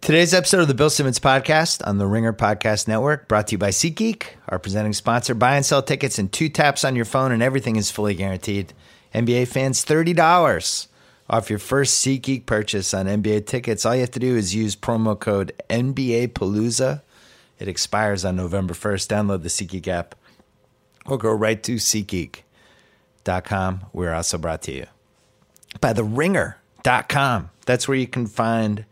Today's episode of the Bill Simmons Podcast on the Ringer Podcast Network, brought to you by SeatGeek, our presenting sponsor. Buy and sell tickets in two taps on your phone, and everything is fully guaranteed. NBA fans, $30 off your first SeatGeek purchase on NBA tickets. All you have to do is use promo code NBA Palooza. It expires on November 1st. Download the SeatGeek app or go right to SeatGeek.com. We're also brought to you by the ringer.com. That's where you can find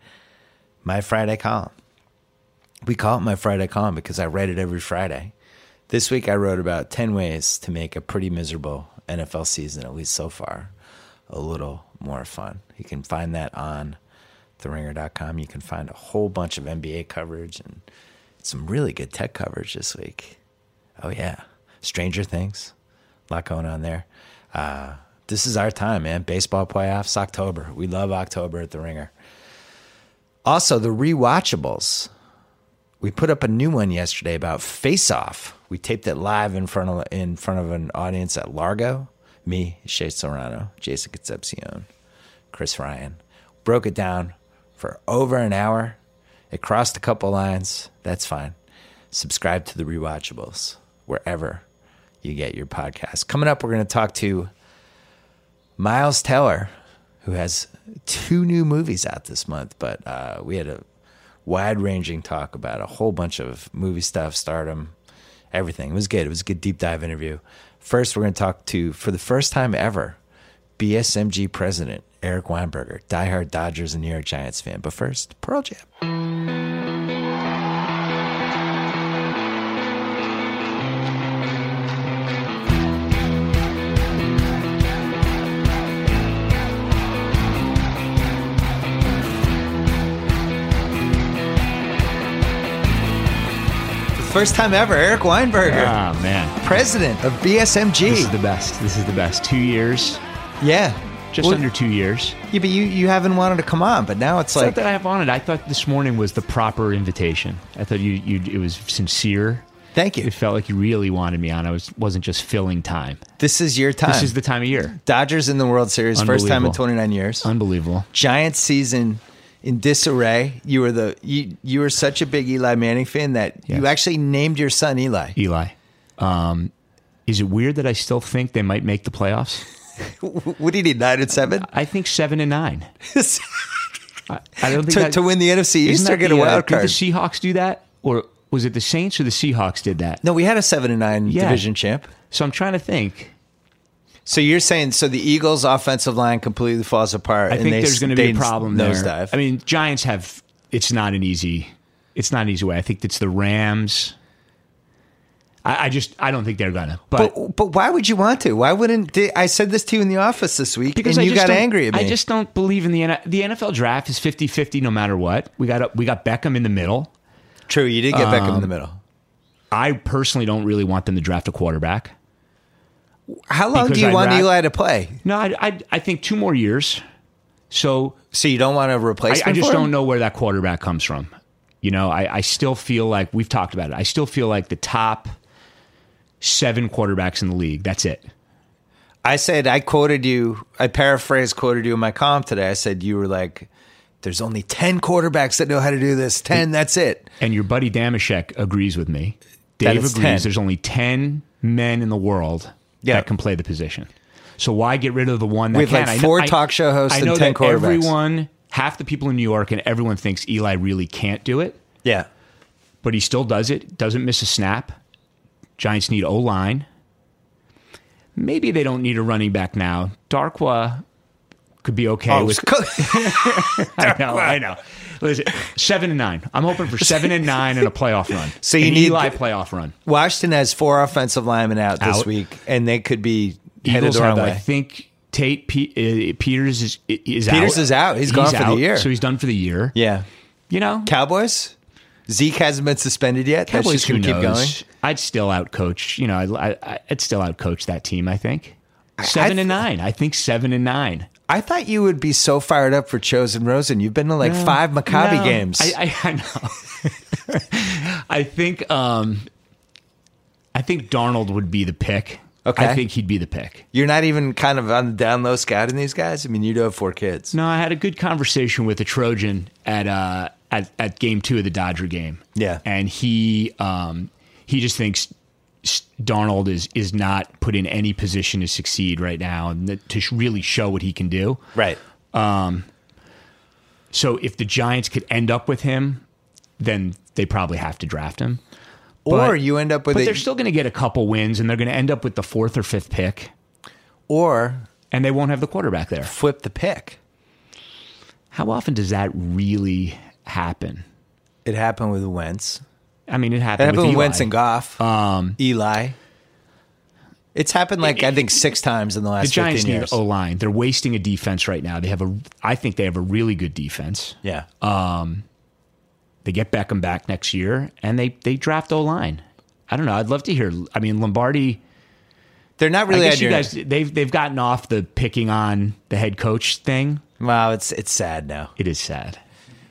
my Friday column. We call it my Friday column because I write it every Friday. This week I wrote about 10 ways to make a pretty miserable NFL season, at least so far, a little more fun. You can find that on theringer.com. You can find a whole bunch of NBA coverage and some really good tech coverage this week. Oh, yeah. Stranger Things, a lot going on there. Uh, this is our time, man. Baseball playoffs, October. We love October at the Ringer. Also, the rewatchables. We put up a new one yesterday about Face Off. We taped it live in front of in front of an audience at Largo. Me, Shea Serrano, Jason Concepcion, Chris Ryan. Broke it down for over an hour. It crossed a couple lines. That's fine. Subscribe to the rewatchables wherever you get your podcast. Coming up, we're going to talk to Miles Teller, who has two new movies out this month, but uh, we had a wide ranging talk about a whole bunch of movie stuff, stardom, everything. It was good. It was a good deep dive interview. First, we're going to talk to, for the first time ever, BSMG president Eric Weinberger, diehard Dodgers and New York Giants fan. But first, Pearl Jam. First time ever, Eric Weinberger, Ah man, president of BSMG. this is the best. This is the best. Two years, yeah. just Well, under two years. Yeah, but you, you haven't wanted to come on, but now it's, It's like. not that I have wanted. I thought this morning was the proper invitation. I thought you, you it was sincere. Thank you. It felt like you really wanted me on. I was wasn't just filling time. This is your time. This is the time of year. Dodgers in the World Series, first time in Unbelievable. 29 years. Unbelievable. Giants season in disarray. You were the you you were such a big Eli Manning fan that you Yes. actually named your son Eli. Eli, um, is it weird that I still think they might make the playoffs? What did he nine and seven I think seven and nine. to, I don't think that- to win the NFC isn't East that or get the, a uh, wild card? Did the Seahawks do that, or was it the Saints or the Seahawks did that? no, we had a seven and nine Yeah. division champ. So I'm trying to think. So you're saying so the Eagles' offensive line completely falls apart. I and think they, there's going to be they a problem there. Nosedive. I mean, Giants have. It's not an easy. It's not an easy way. I think it's the Rams. I, I just I don't think they're gonna. But, but but why would you want to? Why wouldn't did, I said this to you in the office this week because and I you just got don't- angry at me? I just don't believe in the N- the NFL draft is 50-50 no matter what. We got up, we got Beckham in the middle. True, you did get back Um, Beckham in the middle. I personally don't really want them to draft a quarterback. How long do because you I'd want ra- Eli to play? No, I I, I think two more years. So So you don't want to replace? I, I just don't know where that quarterback comes from. You know, I, I still feel like we've talked about it. I still feel like the top seven quarterbacks in the league. That's it. I said I quoted you. I paraphrased quoted you in my column today. I said you were like, "There's only ten quarterbacks that know how to do this. Ten. That's it." And your buddy Damashek agrees with me. That Dave it's agrees. 10. There's only ten men in the world Yeah. that can play the position. So why get rid of the one that We have, can? like, I four I- talk show hosts I and know 10 that quarterbacks. Everyone, half the people in New York, and everyone thinks Eli really can't do it. Yeah. but he still does it. Doesn't miss a snap. Giants need O line. Maybe they don't need a running back now. Darqua could be okay. Oh, with, I know. I know. Listen, seven and nine. I'm hoping for seven and nine and a playoff run. So you An need- Eli playoff run. Washington has four offensive linemen out this Out. week, and they could be headed Eagles the wrong have, way. I think Tate Pe- uh, Peters is, is out. Peters is out. He's gone for the year. So he's done for the year. yeah. You know, Cowboys. Zeke hasn't been suspended yet. That's just Cowboys. Who going to keep going. knows? I'd still outcoach. You know, I'd, I- I'd still outcoach that team. I think seven th- and nine. I think seven and nine. I thought you would be so fired up for Chosen Rosen. You've been to like five Maccabi No. games. I, I, I know. I think um, I think Darnold would be the pick. Okay. I think he'd be the pick. You're not even kind of on the down low scouting these guys. I mean, you do have four kids. No, I had a good conversation with a Trojan at uh, at, at game two of the Dodger game. Yeah. And he um, he just thinks S- Darnold is is not put in any position to succeed right now and that, to sh- really show what he can do. Right. So if the Giants could end up with him, then they probably have to draft him. or But- you end up with But a, they're still going to get a couple wins and they're going to end up with the fourth or fifth pick or and they won't have the quarterback there. flip the pick. How often does that really happen? It happened with Wentz. I mean, it It happened, happened with with, Eli. Wentz and Goff. Um, Eli. It's happened like I think six times in the last The Giants 15 need years. O line. They're wasting a defense right now. They have a. I think they have a really good defense. yeah. Uh, They get Beckham back next year, and they they draft O line. I don't know. I'd love to hear. I mean, Lombardi. They're not I really guess you ideal. guys they've they've gotten off the picking on the head coach thing. Wow, it's it's sad now. It is sad.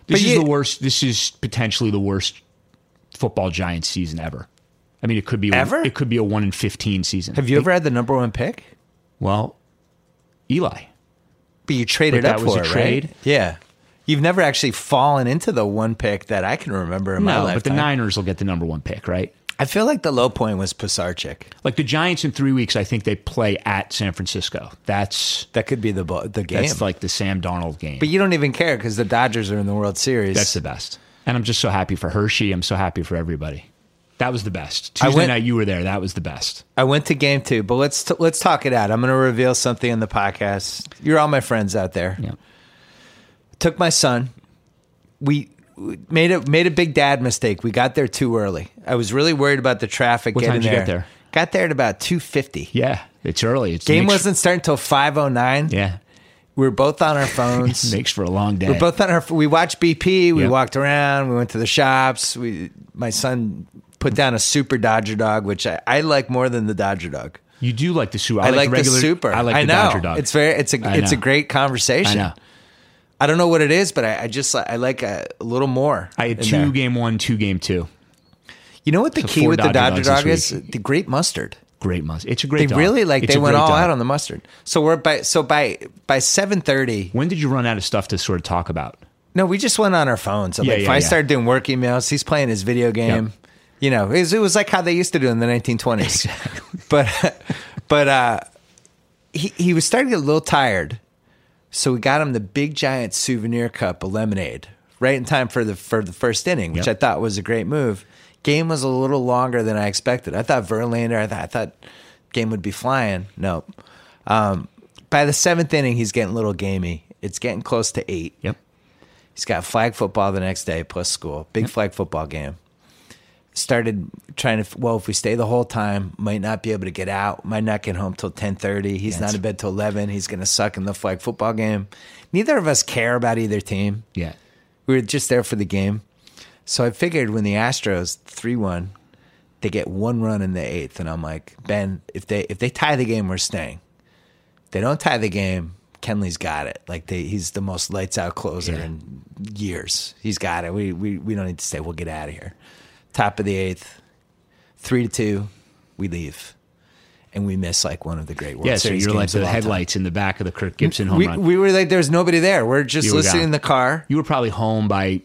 This But is you- the worst. This is potentially the worst football Giants season ever. I mean, it could be Ever? It could be a one in fifteen season. Have you ever had the number one pick? Well, Eli. But you traded But that up was for a it, trade? right? Yeah. You've never actually fallen into the one pick that I can remember in my No, life. but the Niners will get the number one pick, right? I feel like the low point was Pisarchik. Like the Giants in three weeks, I think they play at San Francisco. That's That could be the bo- the game. that's like the Sam Donald game. but you don't even care because the Dodgers are in the World Series. that's the best. And I'm just so happy for Hershey. I'm so happy for everybody. That was the best. Tuesday went- night you were there. That was the best. I went to game two, but let's t- let's talk it out. I'm going to reveal something in the podcast. You're all my friends out there. Yeah. Took my son. We we made a made a big dad mistake. We got there too early. I was really worried about the traffic. What getting time did you there. get there? Got there at about two fifty. Yeah. It's early. It's Game makes- wasn't starting until five oh nine. Yeah. We were both on our phones. Makes for a long day. We're both on our. We watched BP. We Yep. walked around. We went to the shops. We, my son put down a super Dodger dog, which I, I like more than the Dodger dog. you do like the super. I, I, like, like the regular the super. I like the know. Dodger dog. It's very. It's a. I it's a know. great I conversation. I, know. don't know what it is, but I, I just. li- I like a, a little more. I had in two there. game one, two game two. You know what the So key four with the Dodger Dodger dogs dog is? this The great mustard. Great month. It's a great. They dog. really like. It's they a went great all dog. out on the mustard. So we're by. So by by seven thirty. When did you run out of stuff to sort of talk about? No, we just went on our phones. I'm Yeah, like, if yeah, I yeah. started doing work emails, he's playing his video game. You know, it was, it was like how they used to do in the 1920s. But, but uh, he he was starting to get a little tired, so we got him the big giant souvenir cup of lemonade right in time for the for the first inning, which Yep. I thought was a great move. Game was a little longer than I expected. I thought Verlander, I thought, I thought game would be flying. No, um, by the seventh inning, he's getting a little gamey. It's getting close to eight. Yep. He's got flag football the next day plus school. Big flag football game. Started trying to well, if we stay the whole time, might not be able to get out, might not get home till ten thirty. He's not Yes. in bed till eleven. He's gonna suck in the flag football game. Neither of us care about either team. Yeah. We were just there for the game. So I figured when the Astros three one, they get one run in the eighth, and I'm like, Ben, if they if they tie the game, we're staying. If they don't tie the game, Kenley's got it. Like they, he's the most lights out closer Yeah. in years. He's got it. We we we don't need to stay. We'll get out of here. Top of the eighth, three to two, we leave, and we miss like one of the great World Yeah. So Series you're like games of the all time. headlights in the back of the Kirk Gibson home We, run. we were like, there's nobody there. We're just You were listening gone. in the car. you were probably home by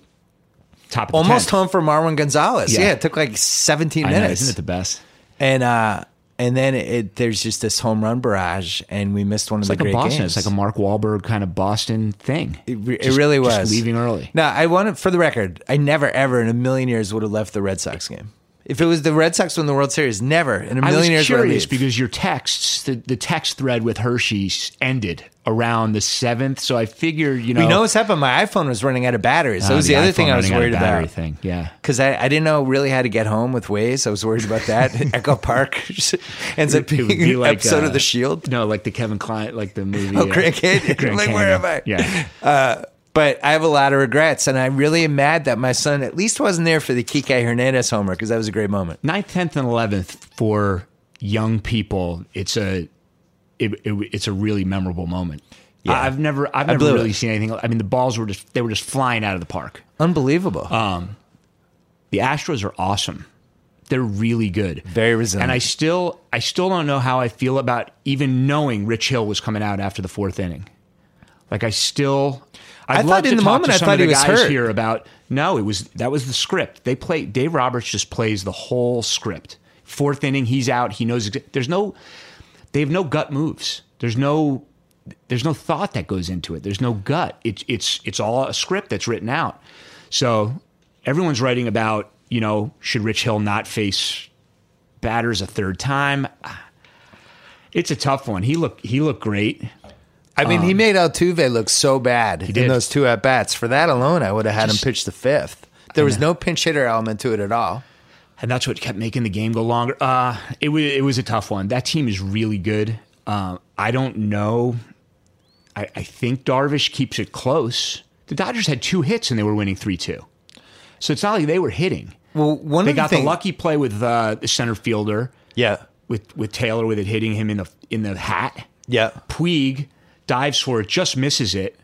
top of the almost 10th. home for Marwin Gonzalez. Yeah. Yeah. it took like 17 I know, minutes. isn't it the best? and uh, and then it, there's just this home run barrage, and we missed one of It's like the a great Boston. games. It's like a Mark Wahlberg kind of Boston thing. it, re- it Just- really was just leaving early. No, I wanted for the record, I never ever in a million years would have left the Red Sox game. If it was the Red Sox won the World Series, never in a I million was years would I curious leave. because your texts, the, the text thread with Hershey s- ended around the seventh, so I figured, you know, you know what's happened? My iPhone was running out of batteries. that uh, was the, other iPhone thing I was running out of worried battery about. Thing, yeah. Because I, I didn't know really how to get home with Waze. I was worried about that. Echo Park ends up It being would be an like, episode uh, of The Shield. No, like the Kevin Klein, like the movie. Oh, Grand Canyon. Like, where am I? Yeah, But I have a lot of regrets, and I really am mad that my son at least wasn't there for the Kike Hernandez homer because that was a great moment. ninth, tenth, and eleventh for young people. It's a, it, it- it's a really memorable moment. Yeah. I- I've never, I've never blew really it. seen anything. like- I mean, the balls were just, they were just flying out of the park. Unbelievable. The Astros are awesome. They're really good. Very resilient. And I still I still don't know how I feel about even knowing Rich Hill was coming out after the fourth inning. Like I still I I'd love thought to in the talk moment to I some thought of he the was guys hurt. here about no, it was that was the script. They play Dave Roberts just plays the whole script. Fourth inning, he's out. He knows exa- there's no they have no gut moves. There's no there's no thought that goes into it. There's no gut. It's it's it's all a script that's written out. So everyone's writing about you know should Rich Hill not face batters a third time. Ah, It's a tough one. He looked he looked great. I mean, he made Altuve look so bad in did. those two at bats. For that alone, I would have had Just- him pitch the fifth. There was no pinch hitter element to it at all. and that's what kept making the game go longer. Uh, it was it was a tough one. That team is really good. Uh, I don't know. I, I think Darvish keeps it close. The Dodgers had two hits and they were winning three two, so it's not like they were hitting. Well, one They of the got the things, lucky play with uh, the center fielder Yeah, with with Taylor with it hitting him in the in the hat. yeah. Puig dives for it, just misses it.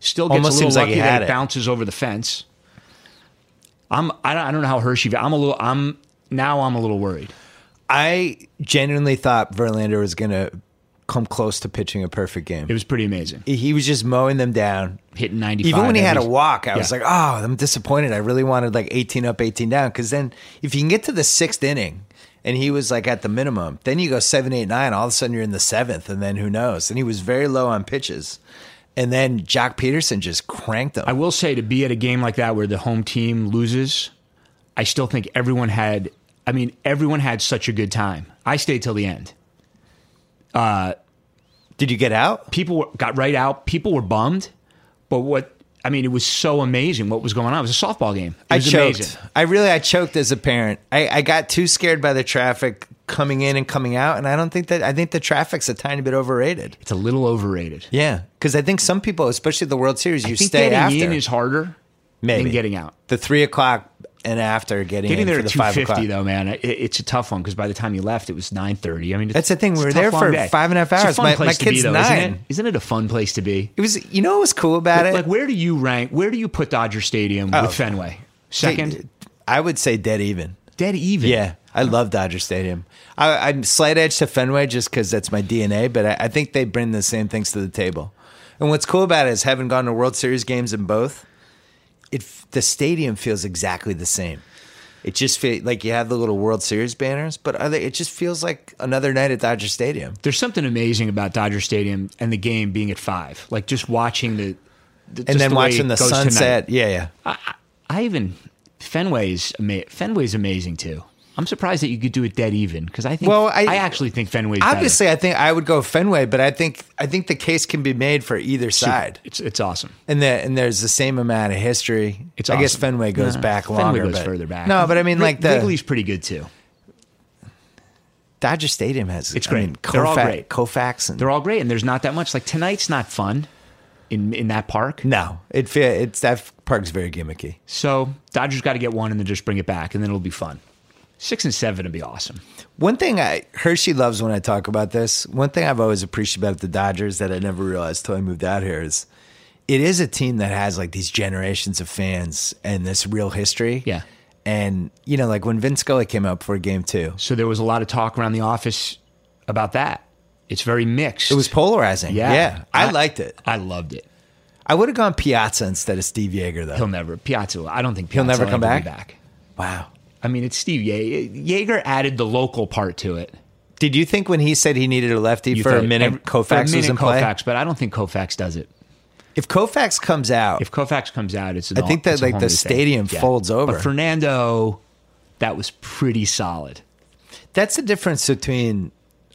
Still gets Almost a little seems like lucky he had that it, it. bounces over the fence. I'm I don't, I don't know how Hershey. I'm a little I'm now I'm a little worried. I genuinely thought Verlander was going to come close to pitching a perfect game. It was pretty amazing. he was just mowing them down. Hitting 95. Even when he had a every- walk, I was Yeah. like, "Oh, I'm disappointed." I really wanted like 18 up, 18 down, because then if you can get to the sixth inning and he was like at the minimum, then you go seven, eight, nine. All of a sudden, you're in the seventh, and then who knows? And he was very low on pitches, and then Jock Peterson just cranked I them. will say to be at a game like that where the home team loses, I still think everyone had. I mean, everyone had such a good time. I stayed till the end. Did you get out? People were, got right out. People were bummed, but what? I mean, it was so amazing what was going on. It was a softball game. It I was choked. amazing. I really, I choked as a parent. I, I got too scared by the traffic coming in and coming out, and I don't think that. I think the traffic's a tiny bit overrated. It's a little overrated. Yeah, because I think some people, especially the World Series, you I think stay getting after. in is harder Maybe than getting out. the three o'clock and after getting, Getting in there for at the two five o'clock. fifty though, man, it, it's a tough one because by the time you left, it was nine thirty. I mean, it's- That's the thing, we it's a were tough there long for day. five and a half It's hours. fun My- my place to be, kid's though, isn't it? nine. Isn't it a fun place to be? It was, you know, what was cool about it. Like, where do you rank? Where do you put Dodger Stadium Oh. with Fenway? Second, I would say dead even. dead even. Yeah, I love Dodger Stadium. I, I'm slight edge to Fenway just because that's my DNA, but I, I think they bring the same things to the table. And what's cool about it is having gone to World Series games in both, it f- the stadium feels exactly the same. It just feels like you have the little World Series banners, but other, it just feels like another night at Dodger Stadium. There's something amazing about Dodger Stadium and the game being at five. Like just watching the, the And then watching the sunset. Yeah, yeah. I even Fenway's ama- Fenway's amazing too. I'm surprised that you could do it dead even because I think Well, I- I, actually think Fenway's better. Obviously, I think I would go Fenway, but I think I think the case can be made for either side, It's it's awesome. and the, and there's the same amount of history. It's I guess awesome. Fenway goes Uh, back Fenway longer, goes but- further back. No, but I mean, Wri- like the Wrigley's pretty good too. Dodger Stadium has. It's I great. mean, They're all Koufa- great. Koufax and They're all great, and there's not that much. Like tonight's not fun in in that park. no, it fe- it's that park's very gimmicky. So Dodgers got to get one and then just bring it back, and then it'll be fun. Six and seven would be awesome. One thing I Hershey loves when I talk about this. One thing I've always appreciated about the Dodgers that I never realized till I moved out here is it is a team that has like these generations of fans and this real history. Yeah. And you know, like when Vince Scully came out for Game Two, So there was a lot of talk around the office about that. It's very mixed. it was polarizing. Yeah. I, I- liked it. I loved it. I would have gone Piazza instead of Steve Yeager though. He'll never Piazza. I don't think Piazza never will come ever be back? back. wow. I mean, it's Steve Ye- Yeager added the local part to it. Did you think when he said he needed a lefty You for, a thought minute, every- Koufax for a was minute in play? Koufax, but I don't think Koufax does it. If Koufax comes out, If Koufax comes out, it's an I think that, it's a like, whole the new thing. stadium folds over. But Fernando, that was pretty solid. That's the difference between.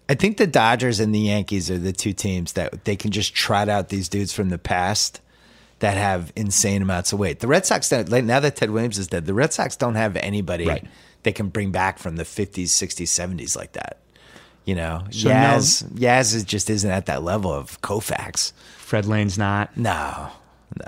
I think the Dodgers and the Yankees are the two teams that they can just trot out these dudes from the past that have insane amounts of weight. The Red Sox don't, like, now that Ted Williams is dead, the Red Sox don't have anybody Right. they can bring back from the fifties, sixties, seventies like that. You know, So now- Yaz Yaz is just isn't at that level of Koufax. Fred Lane's not. No,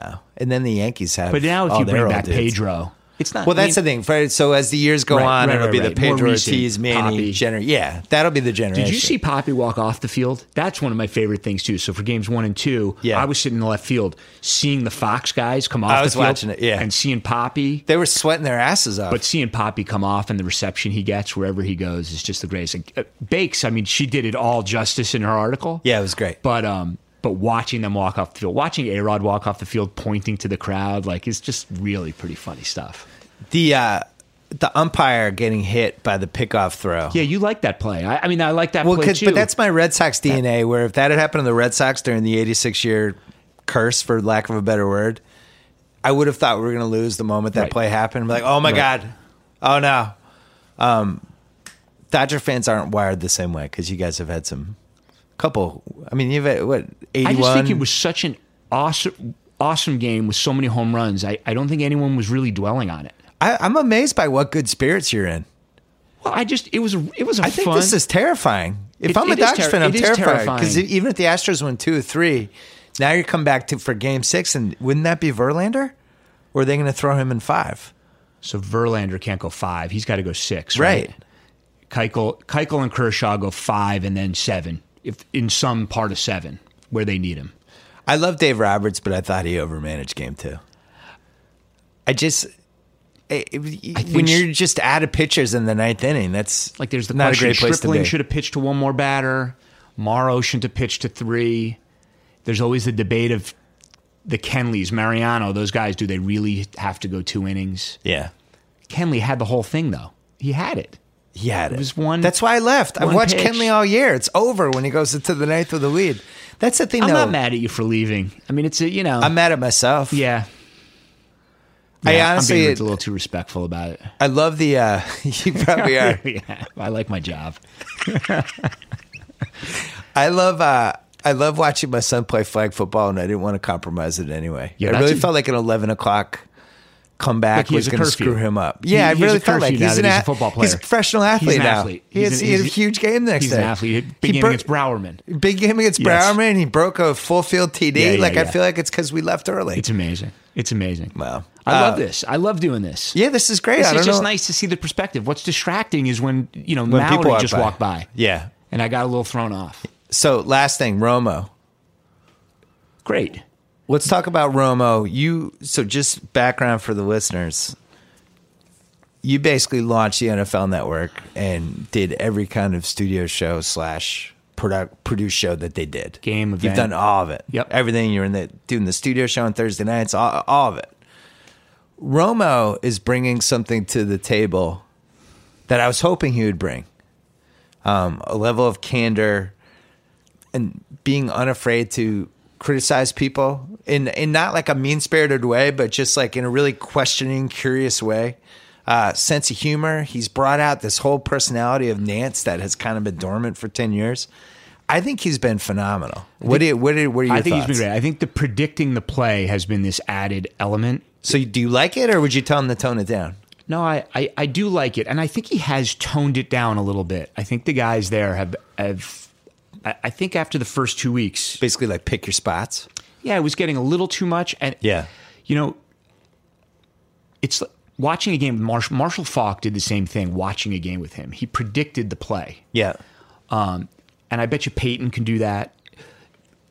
no. And then the Yankees have. But now, if Oh, all you bring their old back dudes. Pedro, it's not. Well, I that's mean, the thing. For, so as the years go Right, on, right, it'll right, be right. the More Pedro recent, Ortiz, Manny, Poppy. gener- Yeah, that'll be the generation. Did you see Poppy walk off the field? That's one of my favorite things too. So for games one and two, Yeah. I was sitting in the left field, seeing the Fox guys come off. I was the field watching it, yeah. and seeing Poppy. They were sweating their asses off. But seeing Poppy come off and the reception he gets wherever he goes is just the greatest. Like, uh, Bakes, I mean, she did it all justice in her article. yeah, it was great. But um, But watching them walk off the field, watching A Rod walk off the field, pointing to the crowd, like it's just really pretty funny stuff. The uh, the umpire getting hit by the pickoff throw. Yeah, you like that play. I, I mean, I like that well, play 'cause- too. but that's my Red Sox DNA. Where if that had happened to the Red Sox during the '86 year curse, for lack of a better word, I would have thought we were going to lose the moment that Right. play happened. Like, oh my god, Right. oh no. Um, Dodger fans aren't wired the same way because you guys have had some couple. I mean, you've had what I eighty-one. just think it was such an awesome, awesome game with so many home runs. I, I don't think anyone was really dwelling on it. I, I'm amazed by what good spirits you're in. Well, I just it was a, it was a I think fun. this is terrifying. If It- I'm a it is Dodgers ter- fan, I'm it is terrified because terrifying. even if the Astros win two or three, now you come back to for Game Six, and wouldn't that be Verlander? Or are they going to throw him in five? so Verlander can't go five. He's got to go six. Right. Right. Keuchel, Keuchel and Kershaw go five and then seven. If in some part of seven where they need him. I love Dave Roberts, but I thought he overmanaged Game Two. I just. eh, it- it- when think sh- you're just out of pitchers in the ninth inning, that's Like there's the not a question great place to Stripling be. should have pitched to one more batter. Morrow shouldn't have pitched to three. There's always the debate of the Kenleys, Mariano, those guys. Do they really have to go two innings? yeah, Kenley had the whole thing though. He had it. he had it. was one- That's why I left. I've one watched pitch. Kenley all year. It's over when he goes into the ninth with the lead. That's the thing. I'm though. not mad at you for leaving. I mean, it's a you know. I'm mad at myself. yeah. I Yeah, I'm honestly- being a little too respectful about it. I love the. Uh, you probably are. yeah, I like my job. I love. Uh, I love watching my son play flag football, and I didn't want to compromise it anyway. Yeah, I that's really a- felt like an eleven o'clock comeback Look, he was has a going to curfew. screw him up. He- Yeah, he I has really a felt like curfew now he's an that he's a ath- football He's a player. professional athlete an now. athlete. He, He's has, an- he had a he's- huge game the next He's day. an athlete. Beginning bur- against Browerman. Big game against Yes. Browerman. and He broke a full field TD. Yeah, yeah, like I yeah. feel like it's because we left early. It's amazing. It's amazing. Wow. I Uh, love this. I love doing this. yeah, this is great. This I is don't just know nice to see the perspective. What's distracting is when you know when people Mallory walk just walked by, Yeah. and I got a little thrown off. So last thing, Romo. Great. Let's talk about Romo. You so just background for the listeners. You basically launched the NFL Network and did every kind of studio show slash product produce show that they did. Game You've event. done all of it. Yep. Everything you're in the doing the studio show on Thursday nights. All, all of it. Romo is bringing something to the table that I was hoping he would bring. Um, a level of candor and being unafraid to criticize people in in not like a mean spirited way, but just like in a really questioning, curious way. Uh, sense of humor. He's brought out this whole personality of Nance that has kind of been dormant for ten years. I think he's been phenomenal. What do you, what do you- what are your I think thoughts? he's been great. I think the predicting the play has been this added element. So do you like it, or would you tell him to tone it down? No, I, I, I do like it, and I think he has toned it down a little bit. I think the guys there have have. I I think after the first two weeks, Basically, like pick your spots. yeah, it was getting a little too much. And Yeah. you know, it's like watching a game with Marshall. Marshall Falk did the same thing watching a game with him. He predicted the play, Yeah. and I bet you Peyton can do that.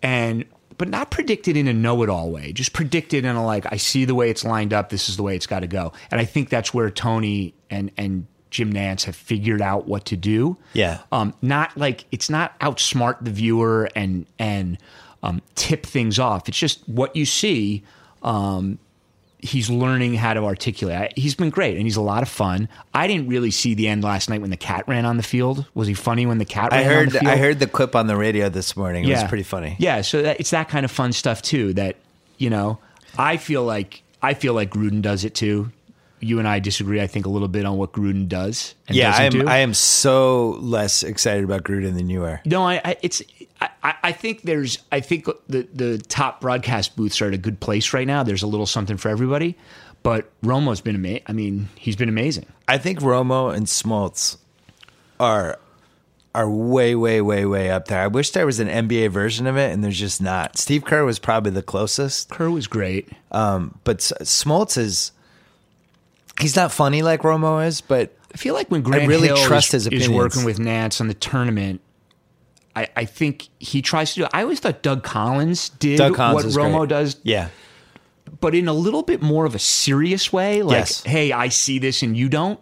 And but not predicted in a know-it-all way. Just predicted in a like, I see the way it's lined up. This is the way it's got to go. And I think that's where Tony and and Jim Nance have figured out what to do. Yeah. Um, not like it's not outsmart the viewer and and um, tip things off. It's just what you see. Um, he's learning how to articulate. I, he's been great and he's a lot of fun. I didn't really see the end last night when the cat ran on the field. Was he funny when the cat I ran on heard the field? I heard the clip on the radio this morning. It was pretty funny. Yeah, so that, it's that kind of fun stuff too. That you know, I feel like I feel like Gruden does it too. You and I disagree, I think, a little bit on what Gruden does. And Yeah, I doesn't am. do. I am so less excited about Gruden than you are. No, I, I it's I, I I think there's I think the the top broadcast booths are at a good place right now. There's a little something for everybody, but Romo's been amazing. I mean, he's been amazing. I think Romo and Smoltz are are way, way, way, way up there. I wish there was an NBA version of it, and there's just not. Steve Kerr was probably the closest, Kerr was great. but S- Smoltz is he's not funny like Romo is, but I feel like when Grant really Hill trust is, his is opinions. working with Nance on the tournament. I, I think he tries to do. I always thought Doug Collins did Doug Collins what is Romo great. does yeah, but in a little bit more of a serious way like Yes. hey i see this and you don't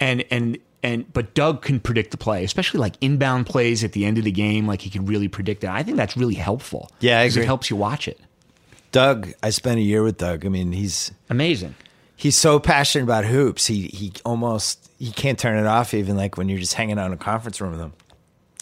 and and and but Doug can predict the play, especially like inbound plays at the end of the game. Like he could really predict it. I think that's really helpful. Yeah, I 'Cause agree. it helps you watch it. Doug, I spent a year with Doug. I mean, he's Amazing. he's so passionate about hoops. He he almost he can't turn it off. Even like when you're just hanging out in a conference room with him,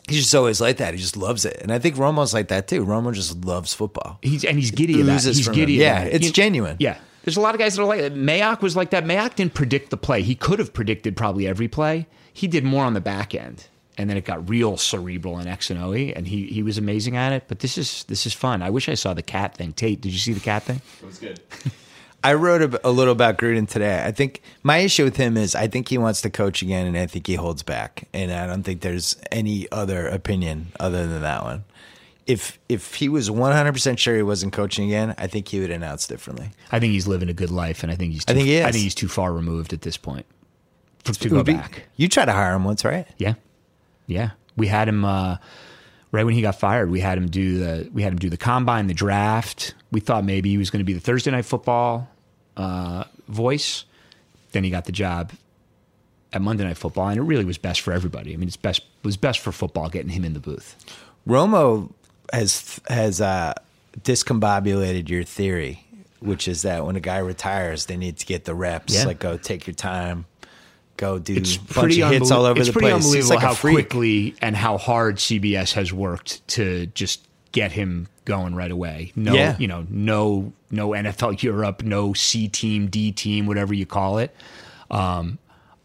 he's just always like that. He just loves it. And I think Romo's like that too. Romo just loves football. He's and he's giddy about it. oozes He's from giddy. him. Yeah, about it. it's You- genuine. Yeah, there's a lot of guys that are like that. Mayock was like that. Mayock didn't predict the play. He could have predicted probably every play. He did more on the back end, and then it got real cerebral and X and O. E, And he he was amazing at it. But this is this is fun. I wish I saw the cat thing. Tate, did you see the cat thing? It was good. I wrote a, a little about Gruden today. I think my issue with him is I think he wants to coach again, and I think he holds back. And I don't think there's any other opinion other than that one. If if he was 100 percent sure he wasn't coaching again, I think he would announce differently. I think he's living a good life, and I think he's too, I think he is. I think he's too far removed at this point for, to go Would be- back. You try to hire him once, right? Yeah, yeah. We had him uh, right when he got fired. We had him do the we had him do the combine, the draft. We thought maybe he was going to be the Thursday night football uh, voice. Then he got the job at Monday Night Football, and it really was best for everybody. I mean, it's best it was best for football getting him in the booth. Romo has has uh, discombobulated your theory, which is that when a guy retires, they need to get the reps. Yeah. Like, go take your time, go do It's a bunch pretty of hits all unbelie- over it's the pretty place. He's unbelievable like a how freak. quickly and how hard CBS has worked to just get him going right away. No, Yeah. you know, no, no NFL Europe, no C team, D team, whatever you call it. Um,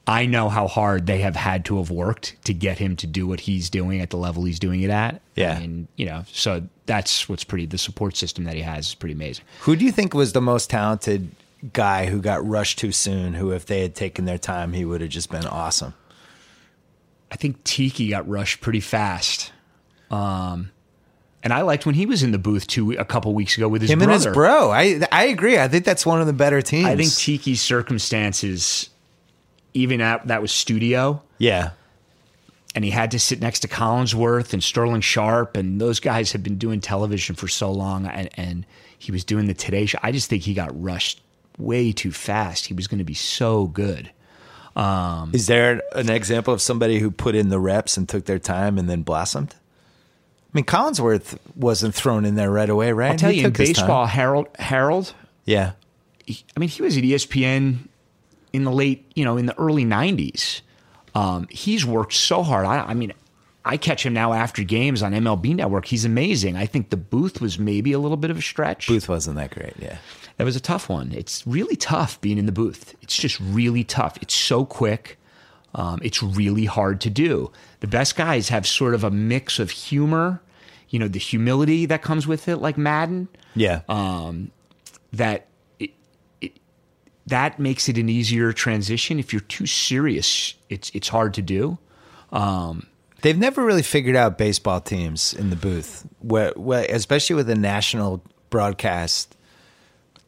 I know how hard they have had to have worked to get him to do what he's doing at the level he's doing it at. Yeah. and you know, so that's what's pretty. The support system that he has is pretty amazing. Who do you think was the most talented guy who got rushed too soon? Who, if they had taken their time, he would have just been awesome. I think Tiki got rushed pretty fast. Um, and I liked when he was in the booth too a couple weeks ago with his Him brother. and his bro. I I agree. I think that's one of the better teams. I think Tiki's circumstances, even at that was studio, yeah. and he had to sit next to Collinsworth and Sterling Sharp, and those guys had been doing television for so long, and, and he was doing the Today Show. I just think he got rushed way too fast. He was going to be so good. Is there an example of somebody who put in the reps and took their time and then blossomed? I mean, Collinsworth wasn't thrown in there right away, right? I'll tell He you, in took his time. baseball, Harold, Harold, Yeah. I mean, he was at E ESPN in the late, you know, in the early '90s. Um, he's worked so hard. I, I mean, I catch him now after games on MLB Network. He's amazing. I think the booth was maybe a little bit of a stretch. Booth wasn't that great. Yeah. That was a tough one. It's really tough being in the booth. It's just really tough. It's so quick. Um, it's really hard to do. The best guys have sort of a mix of humor, you know, the humility that comes with it, like Madden Yeah. Uh, that it, it, that makes it an easier transition. If you're too serious, it's it's hard to do. They've never really figured out baseball teams in the booth, where, where, especially with a national broadcast.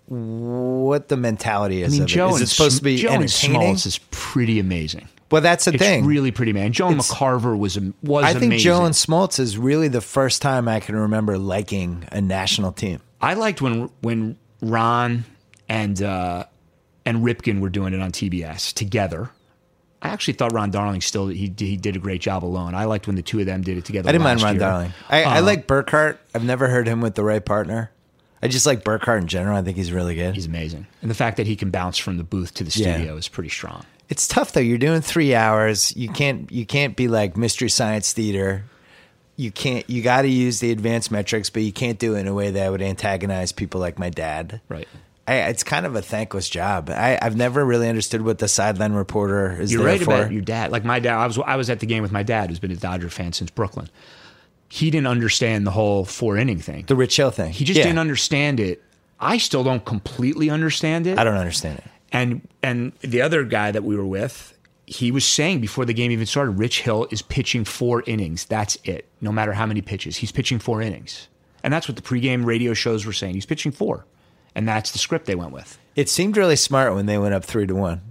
What the mentality is I mean, of Joe it? Is and it supposed to be Joe and entertaining? Smalls is pretty amazing. Well, that's the It's thing. really pretty man. Joan It's- McCarver was am- was I think amazing. Joe and Smoltz is really the first time I can remember liking a national team. I liked when when Ron and uh, and Ripken were doing it on TBS together. I actually thought Ron Darling still he he did a great job alone. I liked when the two of them did it together. I didn't mind last Ron year. Darling. I, I like Burkhart. I've never heard him with the right partner. I just like Burkhart in general. I think he's really good. He's amazing, and the fact that he can bounce from the booth to the Yeah. studio is pretty strong. it's tough though. You're doing three hours. You can't you can't be like mystery science theater. You can't you gotta use the advanced metrics, but you can't do it in a way that would antagonize people like my dad. Right. I, it's kind of a thankless job. I, I've never really understood what the sideline reporter is You're there right for. about your dad. Like my dad, I was I was at the game with my dad, who's been a Dodger fan since Brooklyn. He didn't understand the whole four inning thing. the Rich Hill thing. he just Yeah. didn't understand it. I still don't completely understand it. I don't understand it. And and the other guy that we were with, he was saying before the game even started, Rich Hill is pitching four innings. That's it. No matter how many pitches, he's pitching four innings, and that's what the pregame radio shows were saying. He's pitching four, and that's the script they went with. It seemed really smart when they went up three to one.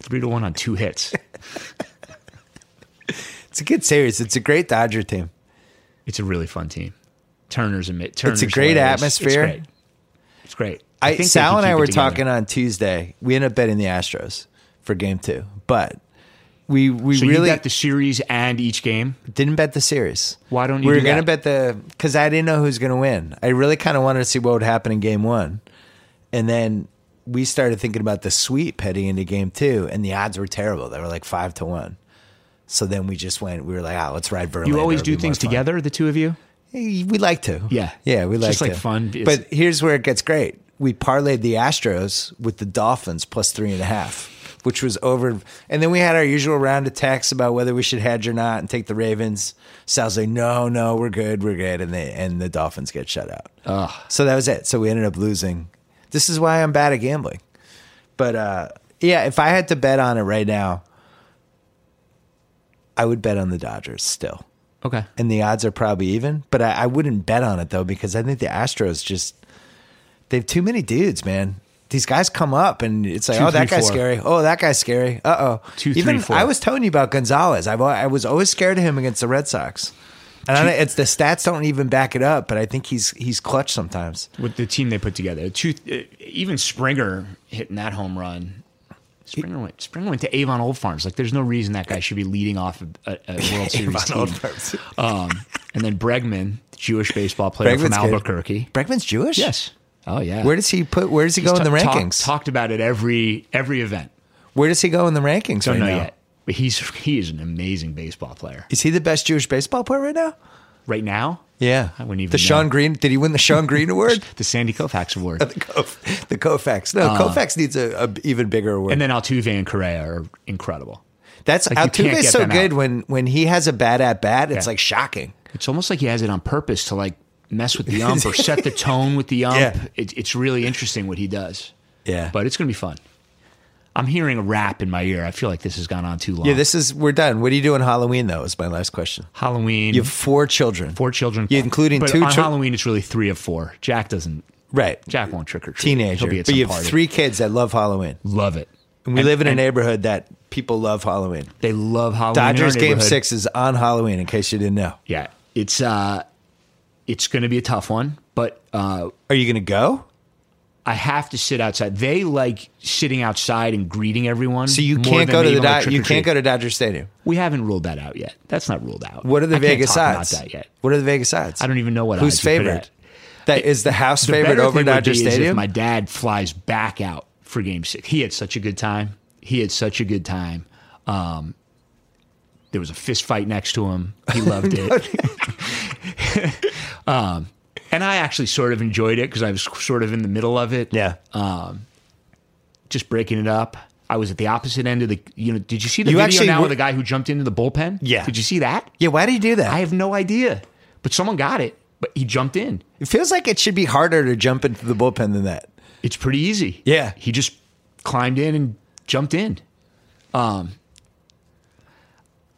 Three to one on two hits. It's a good series. It's a great Dodger team. It's a really fun team. Turner's a Turner's great hilarious. atmosphere. It's great. It's great. I, think they Sal can and I keep it were together. talking on Tuesday. We ended up betting the Astros for game two, but we we So really you bet the series and each game. didn't bet the series. Why don't you We were do gonna bet that? the because I didn't know who's gonna win. I really kind of wanted to see what would happen in game one, and then we started thinking about the sweep heading into game two, and the odds were terrible. They were like five to one. So then we just went. We were like, ah, let's ride Verlander. You always It'll be do more things fun." together, the two of you. Eh, We like to. Yeah. yeah, we It's like just, to. like, fun. It's- But here's where it gets great. We parlayed the Astros with the Dolphins plus three and a half, which was over. And then we had our usual round of texts about whether we should hedge or not and take the Ravens. Sal's like, no, no, we're good, we're good, and they and the Dolphins get shut out. So that was it. So we ended up losing. This is why I'm bad at gambling. But uh, yeah, if I had to bet on it right now, I would bet on the Dodgers still Okay. and the odds are probably even. But I, I wouldn't bet on it though because I think the Astros just they have too many dudes, man. These guys come up and it's like, Two, oh, that three, guy's four. scary. Oh, that guy's scary. Uh oh. Two, three, Even four. I was telling you about Gonzalez. I've, al- I was always scared of him against the Red Sox, and I don't, it's the stats don't even back it up. But I think he's he's clutch sometimes. With the team they put together, two, uh, even Springer hitting that home run. Springer went. Springer went to Avon Old Farms. Like, there's no reason that guy should be leading off a, a, a World Series team. Old Farms. Um, and then Bregman, Jewish baseball player from Bregman's good. Albuquerque. Bregman's Jewish. Yes. Oh yeah. Where does he put? Where does he go in the Ta- talk- rankings? talked about it every every event. Where does he go in the rankings Don't right know now? yet. But he's he is an amazing baseball player. Is he the best Jewish baseball player right now? Right now, Yeah, I wouldn't even the know. Sean Green. Did he win the Sean Green Award? the Sandy Koufax Award, the, Kof, the Koufax. No, Koufax needs a, a even bigger award. Uh. and then Altuve and Correa are incredible. That's you can't Altuve's get so them good out. when when he has a bad at bat, it's Yeah. like shocking. It's almost like he has it on purpose to like mess with the ump or set the tone with the ump. Yeah. It, it's really interesting what he does. Yeah, But it's going to be fun. I'm hearing a rap in my ear. I feel like this has gone on too long. yeah. This is we're done. What do you do on Halloween though? Is my last question. Halloween. You have four children. four children, Yeah, including but two on chil- Halloween, it's really three of four. Jack doesn't. right? Jack won't trick or treat. Teenager. He'll be at But some you have party. three kids that love Halloween. Love it. And we live in a neighborhood that people love Halloween. They love Halloween. in our Dodgers game neighborhood. six is on Halloween. In case you didn't know, Yeah, it's uh, it's going to be a tough one, but uh, are you going to go? I have to sit outside. They like sitting outside and greeting everyone. So you can't go to the Do- you can't go to Dodger Stadium. We haven't ruled that out yet. That's not ruled out. What are the I can't Vegas talk odds? About that yet? What are the Vegas odds? I don't even know what. Who's odds you put it favored? at. That is the house The favorite better over thing would Dodger be is if Stadium. my dad flies back out for Game Six. He had such a good time. He had such a good time. Um, there was a fist fight next to him. He loved it. um, and I actually sort of enjoyed it because I was sort of in the middle of it. yeah. just breaking it up. I was at the opposite end of the. You know, did you see the You video actually now were- of the guy who jumped into the bullpen? Yeah. Did you see that? yeah. Why do you do that? I have no idea, but someone got it. But he jumped in. it feels like it should be harder to jump into the bullpen than that. It's pretty easy. Yeah. He just climbed in and jumped in. Um,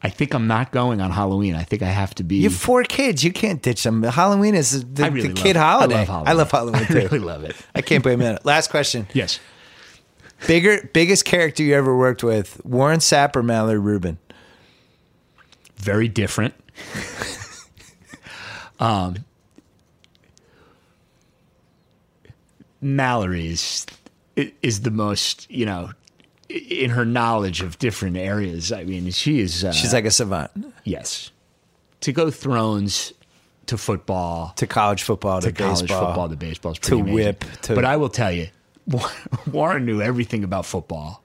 I think I'm not going on Halloween. I think I have to be. You have four kids. You can't ditch them. Halloween is the, I the really love kid it. I holiday. love Halloween Halloween. I too. really love it. I can't wait a minute. Last question. Yes. Bigger, biggest character you ever worked with: Warren Sapp or Mallory Rubin? Very different. um, Mallory is, is the most, you know, in her knowledge of different areas. I mean, she is. Uh, She's like a savant Yes. To go Thrones to football to college football to, to college baseball. football to baseball is pretty to amazing. whip, to- But I will tell you, Warren knew everything about football.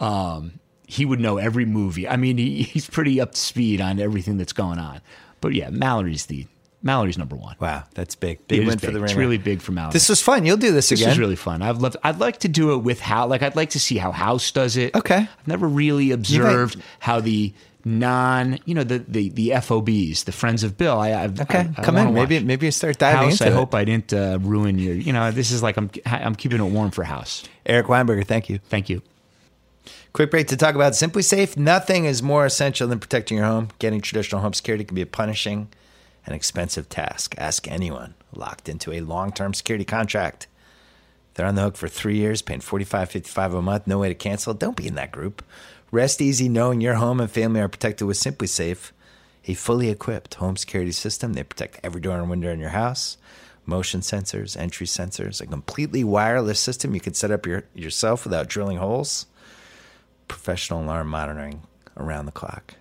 Um, he would know every movie. I mean, he, he's pretty up to speed on everything that's going on. But yeah, Mallory's the Mallory's number one. Wow, that's big. It Big is win for big. the It's Ringer. really big for Mallory. this was fun. You'll do this This again. is really fun. I've loved. I'd like to do it with how. Like, I'd like to see how House does it. Okay. I've never really observed how the non, you know, the the the FOBs, the friends of Bill. I, I've, okay, I- I come wanna in. Maybe watch. maybe you start diving House. into I it. hope I didn't uh, ruin your. You know, this is like I'm I'm keeping it warm for House. Eric Weinberger, thank you. Thank you. Quick break to talk about Simply Safe. Nothing is more essential than protecting your home. Getting traditional home security can be a punishing and expensive task. Ask anyone locked into a long-term security contract. They're on the hook for three years, paying $45, 55 a month, no way to cancel. Don't be in that group. Rest easy knowing your home and family are protected with Simply Safe, a fully equipped home security system. They protect every door and window in your house, motion sensors, entry sensors, a completely wireless system you can set up your, yourself without drilling holes professional alarm monitoring around the clock,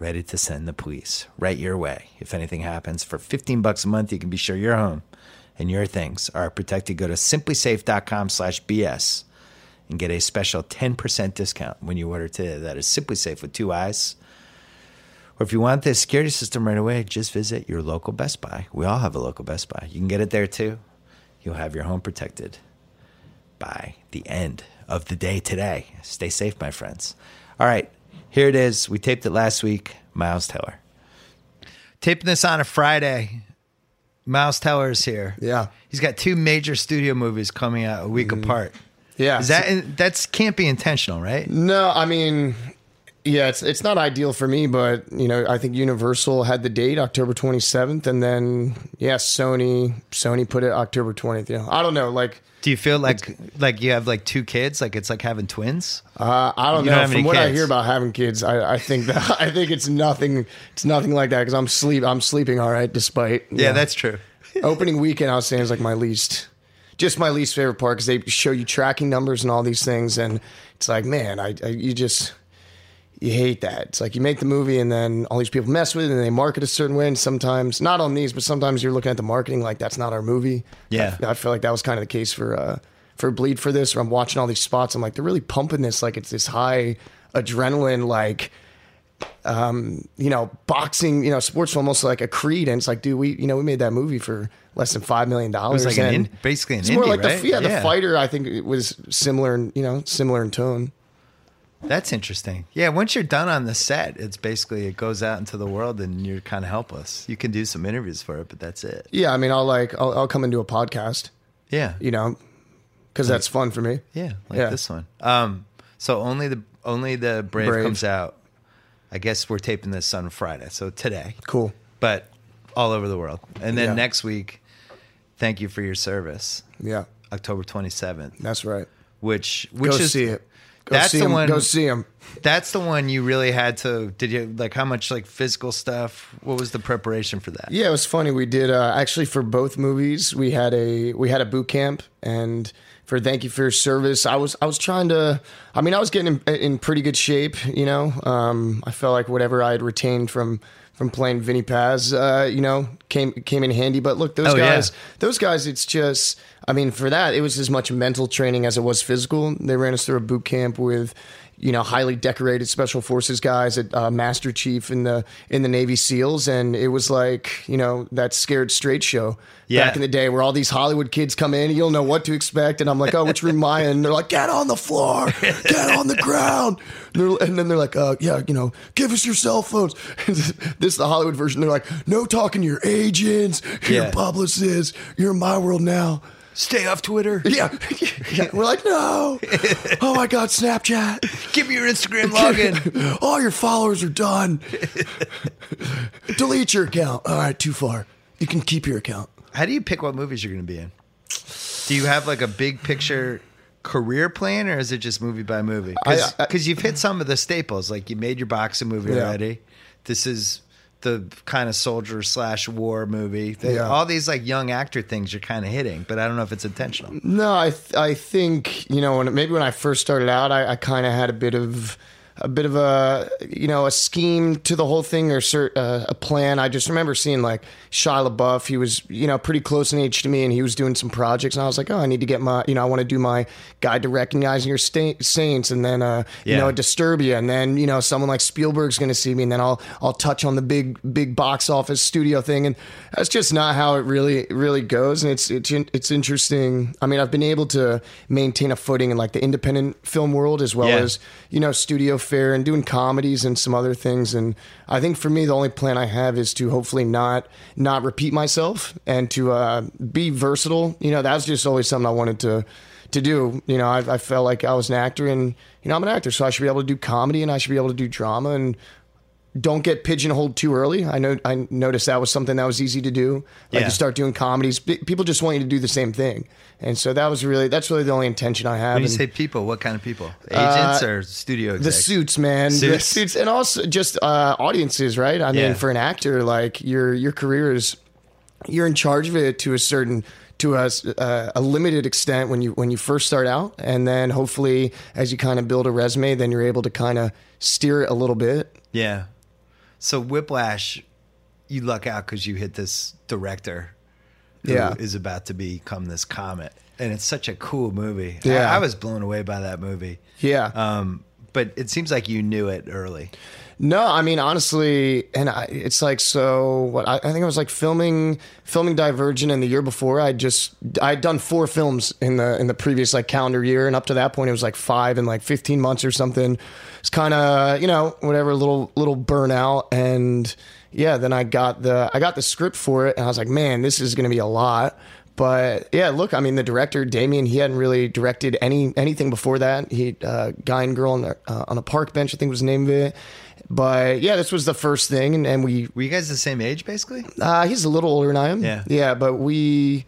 ready to send the police right your way if anything happens. For 15 bucks a month, you can be sure your home and your things are protected. Go to simplysafe.com slash BS and get a special 10% discount when you order today. That is Simply Safe with two eyes. Or if you want this security system right away, just visit your local Best Buy. We all have a local Best Buy. You can get it there too. You'll have your home protected by the end of the day today. Stay safe, my friends. All right, here it is. We taped it last week. Miles Teller. Taping this on a Friday. Miles Teller is here. Yeah. He's got two major studio movies coming out a week apart. Mm-hmm. Yeah. Mm. Is that that's can't be intentional, right? No, I mean, yeah, it's it's not ideal for me, but you know, I think Universal had the date October 27th, and then yeah, Sony Sony put it October 20th. Yeah, I don't know, like Do you feel like like you have like two kids? Like it's like having twins? uh, I don't You don't know. have From any what I kids. hear about having kids, I, I think that I think it's nothing. It's nothing like that because I'm sleep I'm sleeping all right, despite you yeah, know. that's true. opening weekend I was saying is like my least just my least favorite part because they show you tracking numbers and all these things and it's like man I, I you just you hate that it's like you make the movie and then all these people mess with it and they market a certain way and sometimes not on these but sometimes you're looking at the marketing like that's not our movie Yeah. I, I feel like that was kind of the case for uh for bleed for this or I'm watching all these spots I'm like they're really pumping this like it's this high adrenaline like you know, boxing, you know, sports film almost like a creed. And it's like, dude, we, you know, we made that movie for less than $5 million. It was like an in- basically an It's more indie, like right? the, yeah, Yeah. the fighter, I think it was similar in, you know, similar in tone. That's interesting. Yeah, once you're done on the set, it's basically it goes out into the world and you're kind of helpless. You can do some interviews for it, but that's it. Yeah. I mean, I'll like, I'll, I'll come and do a podcast, Yeah. you know, cause that's fun for me. Yeah, like Yeah. this one. Um so only the only the Brave, Brave. comes out. I guess we're taping this on Friday, so today. Cool. But all over the world. And then Yeah. next week, thank you for your service. Yeah. October 27th, That's right. which which Go is see it. Go that's see the 'em. one Go see him. That's the one you really had to. Did you like how much like physical stuff? What was the preparation for that? Yeah, it was funny. We did uh, actually for both movies. We had a we had a boot camp, and for thank you for your service. I was I was trying to. I mean, I was getting in, in pretty good shape. You know, um, I felt like whatever I had retained from from playing Vinny Paz, uh, you know, came came in handy. But look, those Oh, yeah. guys, those guys, it's just. I mean, for that, it was as much mental training as it was physical. They ran us through a boot camp with, you know, highly decorated special forces guys at uh, Master Chief in the in the Navy SEALs, and it was like, you know, that scared straight show Yeah. back in the day where all these Hollywood kids come in, you'll know what to expect, and I'm like, oh, which room am I in? And they're like, get on the floor, get on the ground, and, they're- and then they're like, uh, yeah, you know, give us your cell phones. this is the Hollywood version. They're like, no talking to your agents, Yeah. your publicists, you're in my world now. Stay off Twitter. Yeah. Yeah. We're like, no. Oh my God, Snapchat. Give me your Instagram login. All your followers are done. Delete your account. All right, too far. You can keep your account. how do you pick what movies you're going to be in? Do you have like a big picture career plan, or is it just movie by movie? I- I- Because you've hit some of the staples. Like you made your boxing movie Yeah. already. This is the kind of soldier slash war movie. They- Yeah. All these like young actor things you're kind of hitting, but I don't know if it's intentional. No, I th- I think you know when maybe when I first started out, I, I kind of had a bit of a bit of a you know a scheme to the whole thing or cert, uh, a plan. I just remember seeing like Shia LaBeouf. He was you know pretty close in age to me, and he was doing some projects, and I was like, oh, I need to get my you know I want to do my guide to recognizing your sta- saints, and then uh, Yeah. you know a Disturbia, and then you know someone like Spielberg's going to see me, and then I'll I'll touch on the big big box office studio thing, and that's just not how it really really goes. And it's it's in- it's interesting. I mean, I've been able to maintain a footing in like the independent film world as well Yeah. as you know studio fare and doing comedies and some other things. And I think for me, the only plan I have is to hopefully not not repeat myself and to uh, be versatile. You know, that's just always something I wanted to to do. You know, I, I felt like I was an actor, and you know, I'm an actor, so I should be able to do comedy and I should be able to do drama and don't get pigeonholed too early. I know I noticed that was something that was easy to do. Like Yeah. you start doing comedies, pe- people just want you to do the same thing, and so that was really that's really the only intention I have. When you And- say people, what kind of people? Agents or studio the execs? suits, man. The Suits. suits, and also just uh, audiences, right? I Yeah. mean, for an actor, like your your career is you're in charge of it to a certain to a, s- uh, a limited extent when you when you first start out, and then hopefully as you kind of build a resume, then you're able to kind of steer it a little bit. Yeah. So Whiplash, you luck out because you hit this director who is Yeah. about to become this comet. And it's such a cool movie. I- Yeah. I, was blown away by that movie. Yeah. Um, but it seems like you knew it early. No, I mean honestly, and I, it's like so. What I, I think I was like filming filming Divergent, and the year before I just I'd done four films in the in the previous like calendar year, and up to that point it was like five in like fifteen months or something. It's kind of you know whatever little little burnout, and yeah, then I got the I got the script for it, and I was like, man, this is going to be a lot. But yeah, look, I mean, the director Damien, he hadn't really directed any anything before that. He uh, guy and girl on, the, uh, on a park bench, I think was the name of it. But yeah, this was the first thing, and, and we Were you guys the same age, basically? uh, he's a little older than I am. Yeah. yeah, but we.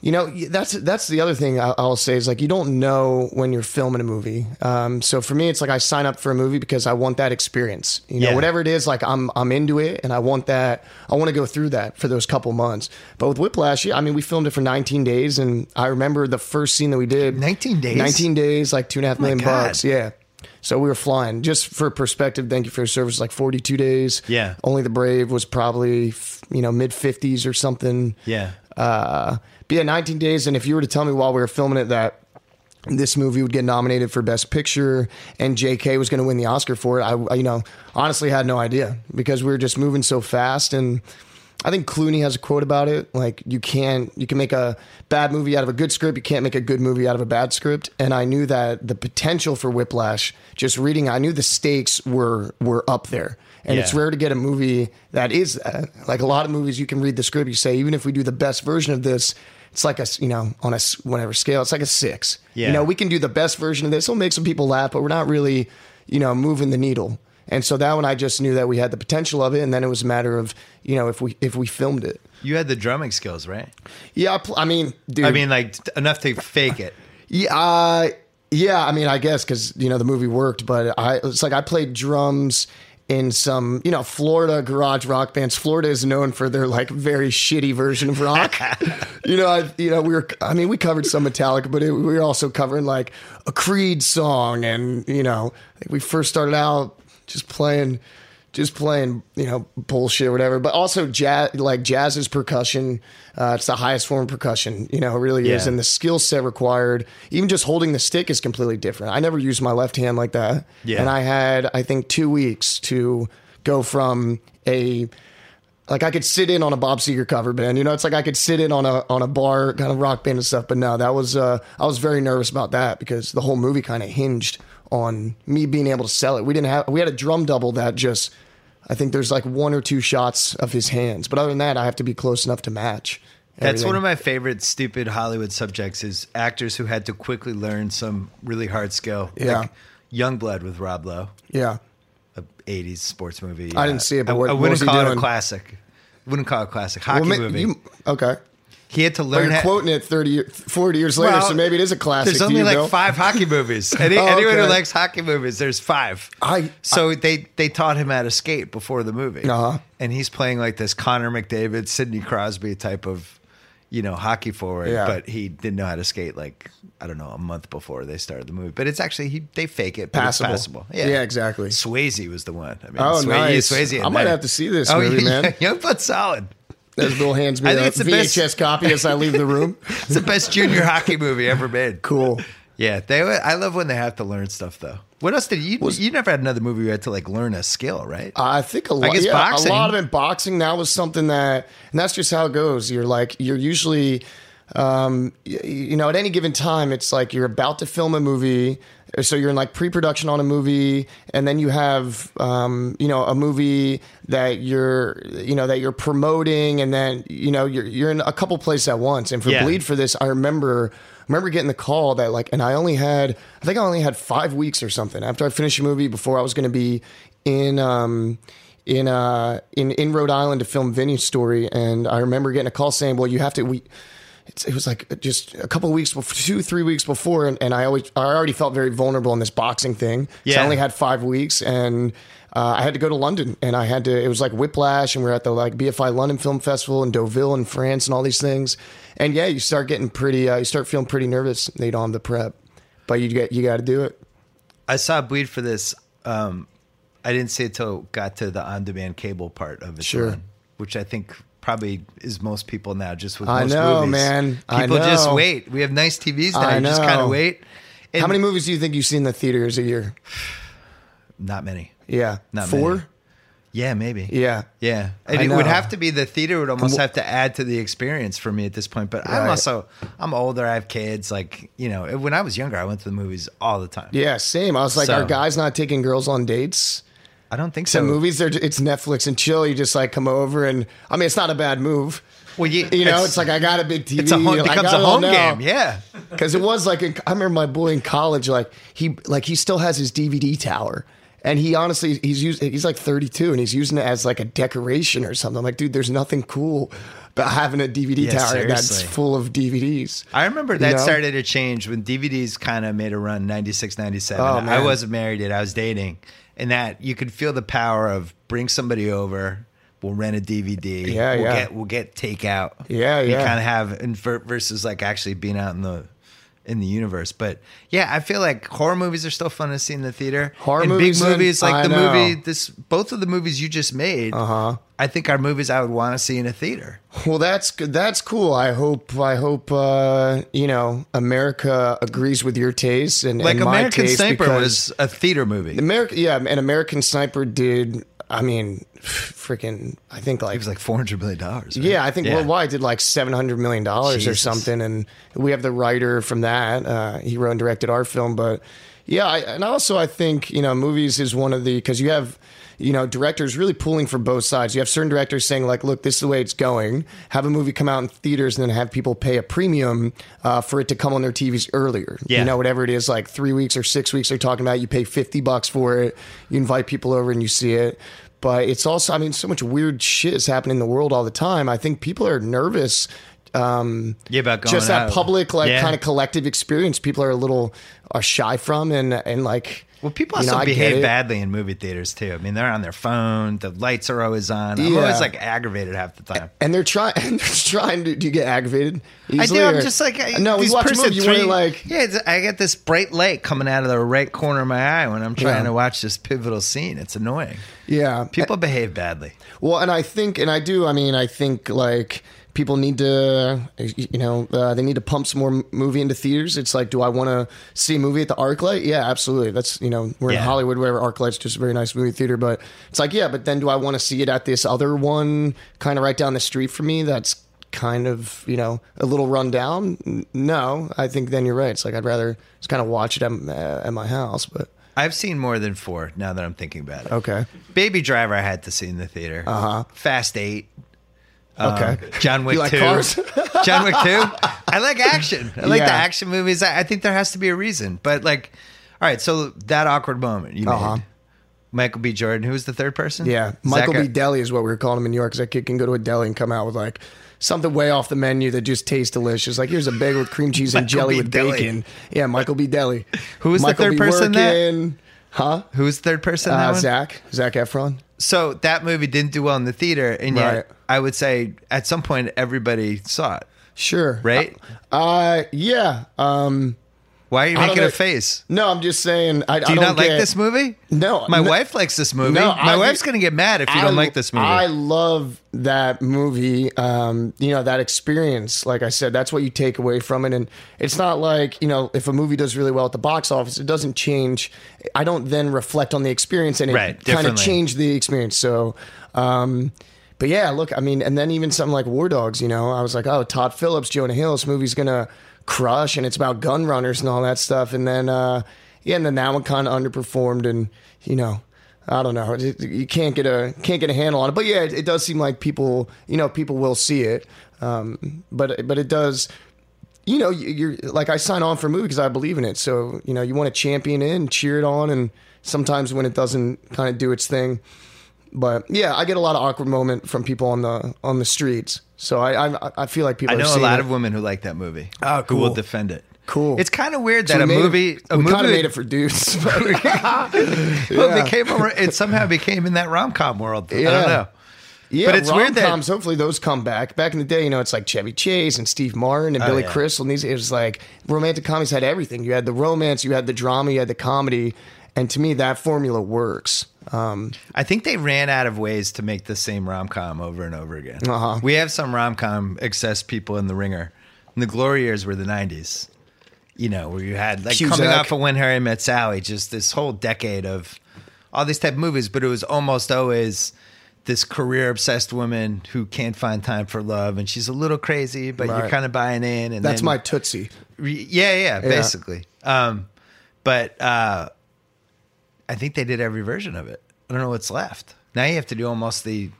You know, that's that's the other thing I- I'll say is like you don't know when you're filming a movie. Um, so for me, it's like I sign up for a movie because I want that experience. You know, Yeah. whatever it is, like I'm I'm into it, and I want that. I want to go through that for those couple months. But with Whiplash, yeah, I mean, we filmed it for 19 days, and I remember the first scene that we did. 19 days? Oh 19 days, like two and a half million God. bucks. Yeah. So we were flying. Just for perspective, thank you for your service. Like 42 days. Yeah. Only the Brave was probably f- you know mid 50s or something. Yeah. Uh, but yeah, 19 days. And if you were to tell me while we were filming it that this movie would get nominated for Best Picture and J.K. was going to win the Oscar for it, I, I, you know honestly had no idea because we were just moving so fast. And I think Clooney has a quote about it, like you can you can make a bad movie out of a good script, you can't make a good movie out of a bad script. And I knew that the potential for Whiplash, just reading, I knew the stakes were were up there. And it's Yeah. rare to get a movie that is that. like a lot of movies you can read the script you say even if we do the best version of this it's like a s- you know on a s- whatever scale it's like a six Yeah. you know we can do the best version of this it'll make some people laugh but we're not really you know moving the needle and so that one i just knew that we had the potential of it and then it was a matter of you know if we if we filmed it You had the drumming skills, right? yeah i, pl- I mean dude I mean, like t- enough to fake it. yeah, uh, yeah. I mean, I guess because you know the movie worked, but I it's like I played drums in some you know Florida garage rock bands. Florida is known for their like very shitty version of rock. you know, I you know we were I mean we covered some Metallica, but it, we were also covering like a Creed song, and you know I think we first started out just playing just playing, you know, bullshit, whatever. But also jazz, like jazz is percussion. Uh, it's the highest form of percussion, you know, it really is. Yeah. And the skill set required, even just holding the stick is completely different. I never used my left hand like that. Yeah. And I had, I think, two weeks to go from a, like I could sit in on a Bob Seger cover band, you know, it's like I could sit in on a, on a bar kind of rock band and stuff. But no, that was, uh, I was very nervous about that because the whole movie kind of hinged on me being able to sell it. We didn't have, we had a drum double that just, I think there's like one or two shots of his hands, but other than that, I have to be close enough to match. That's everything. one of my favorite stupid Hollywood subjects is actors who had to quickly learn some really hard skill. Yeah. Like Youngblood with Rob Lowe, yeah. a 80s sports movie. I didn't see it, but I, what- I what was wouldn't he call it doing? a classic. Wouldn't call it a classic. Hockey Well, ma- movie. you- okay. he had to But learn you're how- quoting it 30, year- 40 years later, Well, so maybe it is a classic. There's to only you, like Bill. five hockey movies. Any, Oh, Anyone who okay. likes hockey movies, there's five. I- so they they taught him how to skate before the movie, Uh-huh. and he's playing like this Connor McDavid, Sidney Crosby type of you know hockey forward, Yeah. but he didn't know how to skate like I don't know a month before they started the movie. But it's actually he they fake it, but Passable. It's passable. Yeah, exactly. Swayze was the one. I mean, Oh, Swayze, nice. Swayze I and might that- have to see this movie, yeah, man. yeah, but solid. As Bill hands me I think a it's the best- VHS copy as I leave the room. It's the best junior hockey movie ever made. Cool. Yeah, they. I love when they have to learn stuff though. What else did you? you never had another movie where you had to like learn a skill, right? I think a lot, guess yeah, boxing. a lot of it boxing. That was something that, and that's just how it goes. You're like, you're usually, um, y- you know, at any given time, it's like you're about to film a movie, so you're in like pre-production on a movie, and then you have, um, you know, a movie that you're, you know, that you're promoting, and then you know, you're you're in a couple places at once. And for Yeah. Bleed for this, I remember. I remember getting the call that like, and I only had, I think I only had five weeks or something after I finished the movie before I was going to be in, um, in, uh, in, in Rhode Island to film Vinny's story. And I remember getting a call saying, well, you have to, we, it's, it was like just a couple of weeks, before, two three weeks before, and, and I always I already felt very vulnerable in this boxing thing. So Yeah. I only had five weeks, and uh, I had to go to London, and I had to. It was like Whiplash, and we were at the like BFI London Film Festival in Deauville in France, and all these things. And yeah, you start getting pretty, uh, you start feeling pretty nervous. They don't have the prep, but you get you got to do it. I saw Bleed for this. Um, I didn't see it till it got to the on-demand cable part of it, Sure. which I think probably is most people now. Just with I most know, movies. man. people I just know. wait. We have nice TVs now. I you just kind know. of wait. And How many movies do you think you see in the theaters a year? Not many. Yeah, Not four. many. Yeah, maybe. Yeah, Yeah, and I it would know. have to be the theater would almost have to add to the experience for me at this point. But I'm Right. also I'm older. I have kids. Like you know, when I was younger, I went to the movies all the time. yeah, same. I was like, So- are guys not taking girls on dates? I don't think so. Some movies, they're, it's Netflix and chill. You just like come over, and I mean, it's not a bad move. Well, yeah, you know, it's- it's, like I got a big TV. It's a home, becomes a home game. Yeah, because it was like in- I remember my boy in college. Like he, like he still has his DVD tower, and he honestly, he's used, he's like 32, and he's using it as like a decoration or something. I'm like, dude, there's nothing cool about having a DVD Yeah, tower that's seriously. full of DVDs. I remember that know? started to change when DVDs kind of made a run 96, 97. Oh, I man. wasn't married yet. I was dating, and that you could feel the power of bring somebody over. We'll rent a DVD. Yeah, we'll yeah. Get, we'll get takeout. Yeah, You yeah. kind of have invert versus like actually being out in the in the universe. But yeah, I feel like horror movies are still fun to see in the theater. Horror and movies big and- movies like I the know. movie this both of the movies you just made. Uh-huh. I think are movies I would want to see in a theater. Well, that's good. That's cool. I hope. I hope. Uh, you know, America agrees with your taste and Like and my American taste Sniper was because a theater movie. America. Yeah, an American Sniper did. I mean, freaking. I think like. It was like four hundred million dollars. yeah, I think worldwide did like seven hundred million dollars or Jesus. something, and we have the writer from that. Uh, he wrote and directed our film, but yeah, I, and also I think you know movies is one of the because you have you know directors really pulling for both sides. You have certain directors saying like, look, this is the way it's going. Have a movie come out in theaters, and then have people pay a premium uh, for it to come on their TVs earlier. Yeah. you know whatever it is, like three weeks or six weeks. They're talking about you pay fifty bucks for it. You invite people over and you see it but it's also i mean so much weird shit is happening in the world all the time i think people are nervous um Yeah, about going just that out. public like Yeah. kind of collective experience people are a little are shy from and and like Well, people you know, also I get behave it. badly in movie theaters too. I mean, they're on their phone. The lights are always on. I'm Yeah. always like aggravated half the time. and they're trying and they're trying to do you get aggravated E- easily, I do. or- I'm just like I, no when these you watch a person movie you want three- to like yeah. It's, I get this bright light coming out of the right corner of my eye when I'm trying Yeah. to watch this pivotal scene. It's annoying. yeah People behave badly. Well, and I think, and I do. I mean, I think like people need to, you know, uh, they need to pump some more m- movie into theaters. It's like, do I want to see a movie at the ArcLight? Yeah, absolutely. That's you know, we're Yeah. in Hollywood, whatever. ArcLight's just a very nice movie theater, but it's like, yeah, but then do I want to see it at this other one, kind of right down the street from me? That's kind of you know a little run down. N- No, I think then you're right. It's like I'd rather just kind of watch it at, m- uh, at my house, but. I've seen more than four now that I'm thinking about it. Okay. Uh-huh. Baby Driver, I had to see in the theater. Uh huh. Fast Eight. Um, Okay. John Wick You like Two. cars? John Wick Two. I like action. I like the Yeah. action movies. I, I think there has to be a reason. But like, all right. So that awkward moment you Uh-huh. made. Michael B. Jordan. Who was the third person? Yeah, Michael Zac- B. Deli is what we were calling him in New York. Because that kid can go to a deli and come out with like something way off the menu that just tastes delicious. Like here's a bagel with cream cheese and Michael jelly B. with Deli. bacon. Yeah, Michael B. Deli. Who was the Michael third B. person that- Workin, Huh? Who was the third person? in that Uh, one? Zach. Zach Efron. So that movie didn't do well in the theater, and yet Right. I would say at some point everybody saw it. Sure. Right? Uh, uh, yeah. Um, Why are you I don't making know. a face? no, I'm just saying. I, Do you not like this movie? No, My no- wife likes this movie. No, My I- wife's going to get mad if you don't I- like this movie. I love that movie. Um, you know that experience. Like I said, that's what you take away from it. And it's not like you know if a movie does really well at the box office, it doesn't change. I don't then reflect on the experience and it Right, kind of differently. change the experience. So. Um, but yeah, look, I mean, and then even something like War Dogs, you know, I was like, oh, Todd Phillips, Jonah Hill, this movie's gonna crush, and it's about gun runners and all that stuff. And then, uh, yeah, and then that one kind of underperformed, and you know, I don't know. It- You can't get a can't get a handle on it, but yeah, it, it does seem like people, you know, people will see it. Um, but but it does, you know, you- you're like I sign on for a movie because I believe in it. So you know, you want to champion it and cheer it on, and sometimes when it doesn't kind of do its thing, But yeah, I get a lot of awkward moment from people on the on the streets. So I I, I feel like people. I are know a seeing lot it. of women who like that movie. Oh, Who will cool. defend it? Cool. It's kind of weird that We a made it- movie, a we movie, kind of made it for dudes. but- well, it yeah. became a, it somehow became in that rom com world. I Yeah. don't know. Yeah, But it's weird that- rom-coms, hopefully those come back. Back in the day, you know, it's like Chevy Chase and Steve Martin and Billy Oh, yeah. Crystal. And these, it was like romantic comedies had everything. You had the romance, you had the drama, you had the comedy, and to me, that formula works. Um, I think they ran out of ways to make the same rom com over and over again. Uh-huh. We have some rom com excess people in the ringer. And the glory years were the 90s, you know, where you had like coming Cusack. off of When Harry Met Sally, just this whole decade of all these type of movies, but it was almost always this career obsessed woman who can't find time for love and she's a little crazy, but you're Right. kind of buying in. And that's then- my tootsie. Re- yeah, yeah, basically. Um, but uh, I think they did every version of it. I don't know what's left. Now you have to do almost the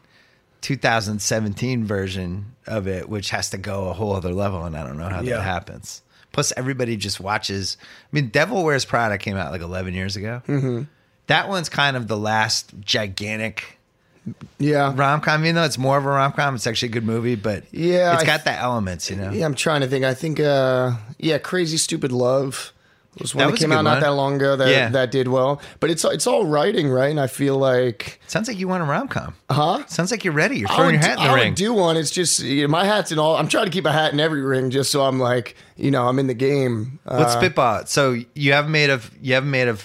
2017 version of it, which has to go a whole other level, and I don't know how Yeah. that happens. Plus, everybody just watches. I mean, Devil Wears Prada came out like 11 years ago. Mm-hmm. That one's kind of the last gigantic Yeah, rom com. Even though it's more of a rom com, it's actually a good movie, but Yeah, it's I got the elements, you know. yeah. I'm trying to think. I think, uh, yeah, Crazy Stupid Love was one That that, was a came good one. out not that long ago. That Yeah. that did well, but it's it's all writing, right? And I feel like Sounds like you want a rom com. Huh? Sounds like you're ready. You're I throwing your would do- hat in the I ring. would do one. It's just you know, my hat's in all. I'm trying to keep a hat in every ring, just so I'm like, you know, I'm in the game. Uh, Let's spitball it. So you haven't made a you haven't made a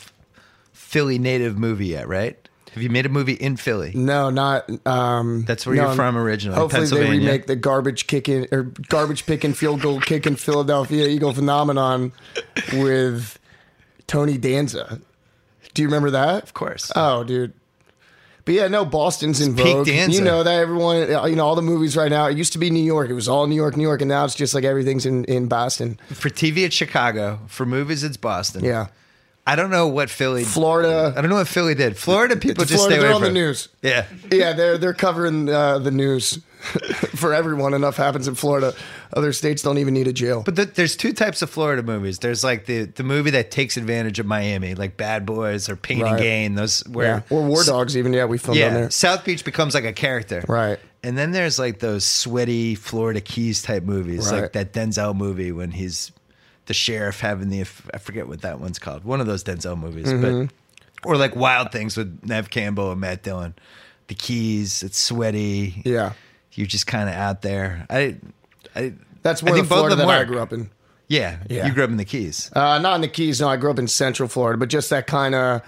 Philly native movie yet, right? Have you made a movie in Philly? no, not. Um, That's where no, you're I'm- from originally, Hopefully, they Pennsylvania. remake the garbage kicking or garbage picking field goal kicking Philadelphia Eagle phenomenon with Tony Danza. Do you remember that? Of course. Oh, dude. But yeah, no, Boston's in peak vogue. Danza. You know that everyone, you know all the movies right now. It used to be New York. It was all New York, New York, and now it's just like everything's in in Boston. For TV, it's Chicago. For movies, it's Boston. Yeah. I don't know what Philly. Florida. I don't know what Philly did. Florida people It's just Florida, stay they're away on the from. news. Yeah. yeah, they're they're covering uh, the news for everyone. Enough happens in Florida. Other states don't even need a jail. But th there's two types of Florida movies. There's like the, the movie that takes advantage of Miami, like Bad Boys or Pain and Right. Gain. Those where yeah. Or war dogs, even yeah, we filmed on yeah, there. South Beach becomes like a character, Right. And then there's like those sweaty Florida Keys type movies, like Right. that Denzel movie when he's the sheriff having the I forget what that one's called, one of those Denzel movies, but Mm-hmm. or like Wild Things with Nev Campbell and Matt Dillon, the Keys. It's sweaty. Yeah, you're just kind of out there. I, I that's one I think of the both Florida of them that I work. grew up in. Yeah, Yeah. you grew up in the Keys. Uh, not in the Keys. No, I grew up in Central Florida, but just that kind of.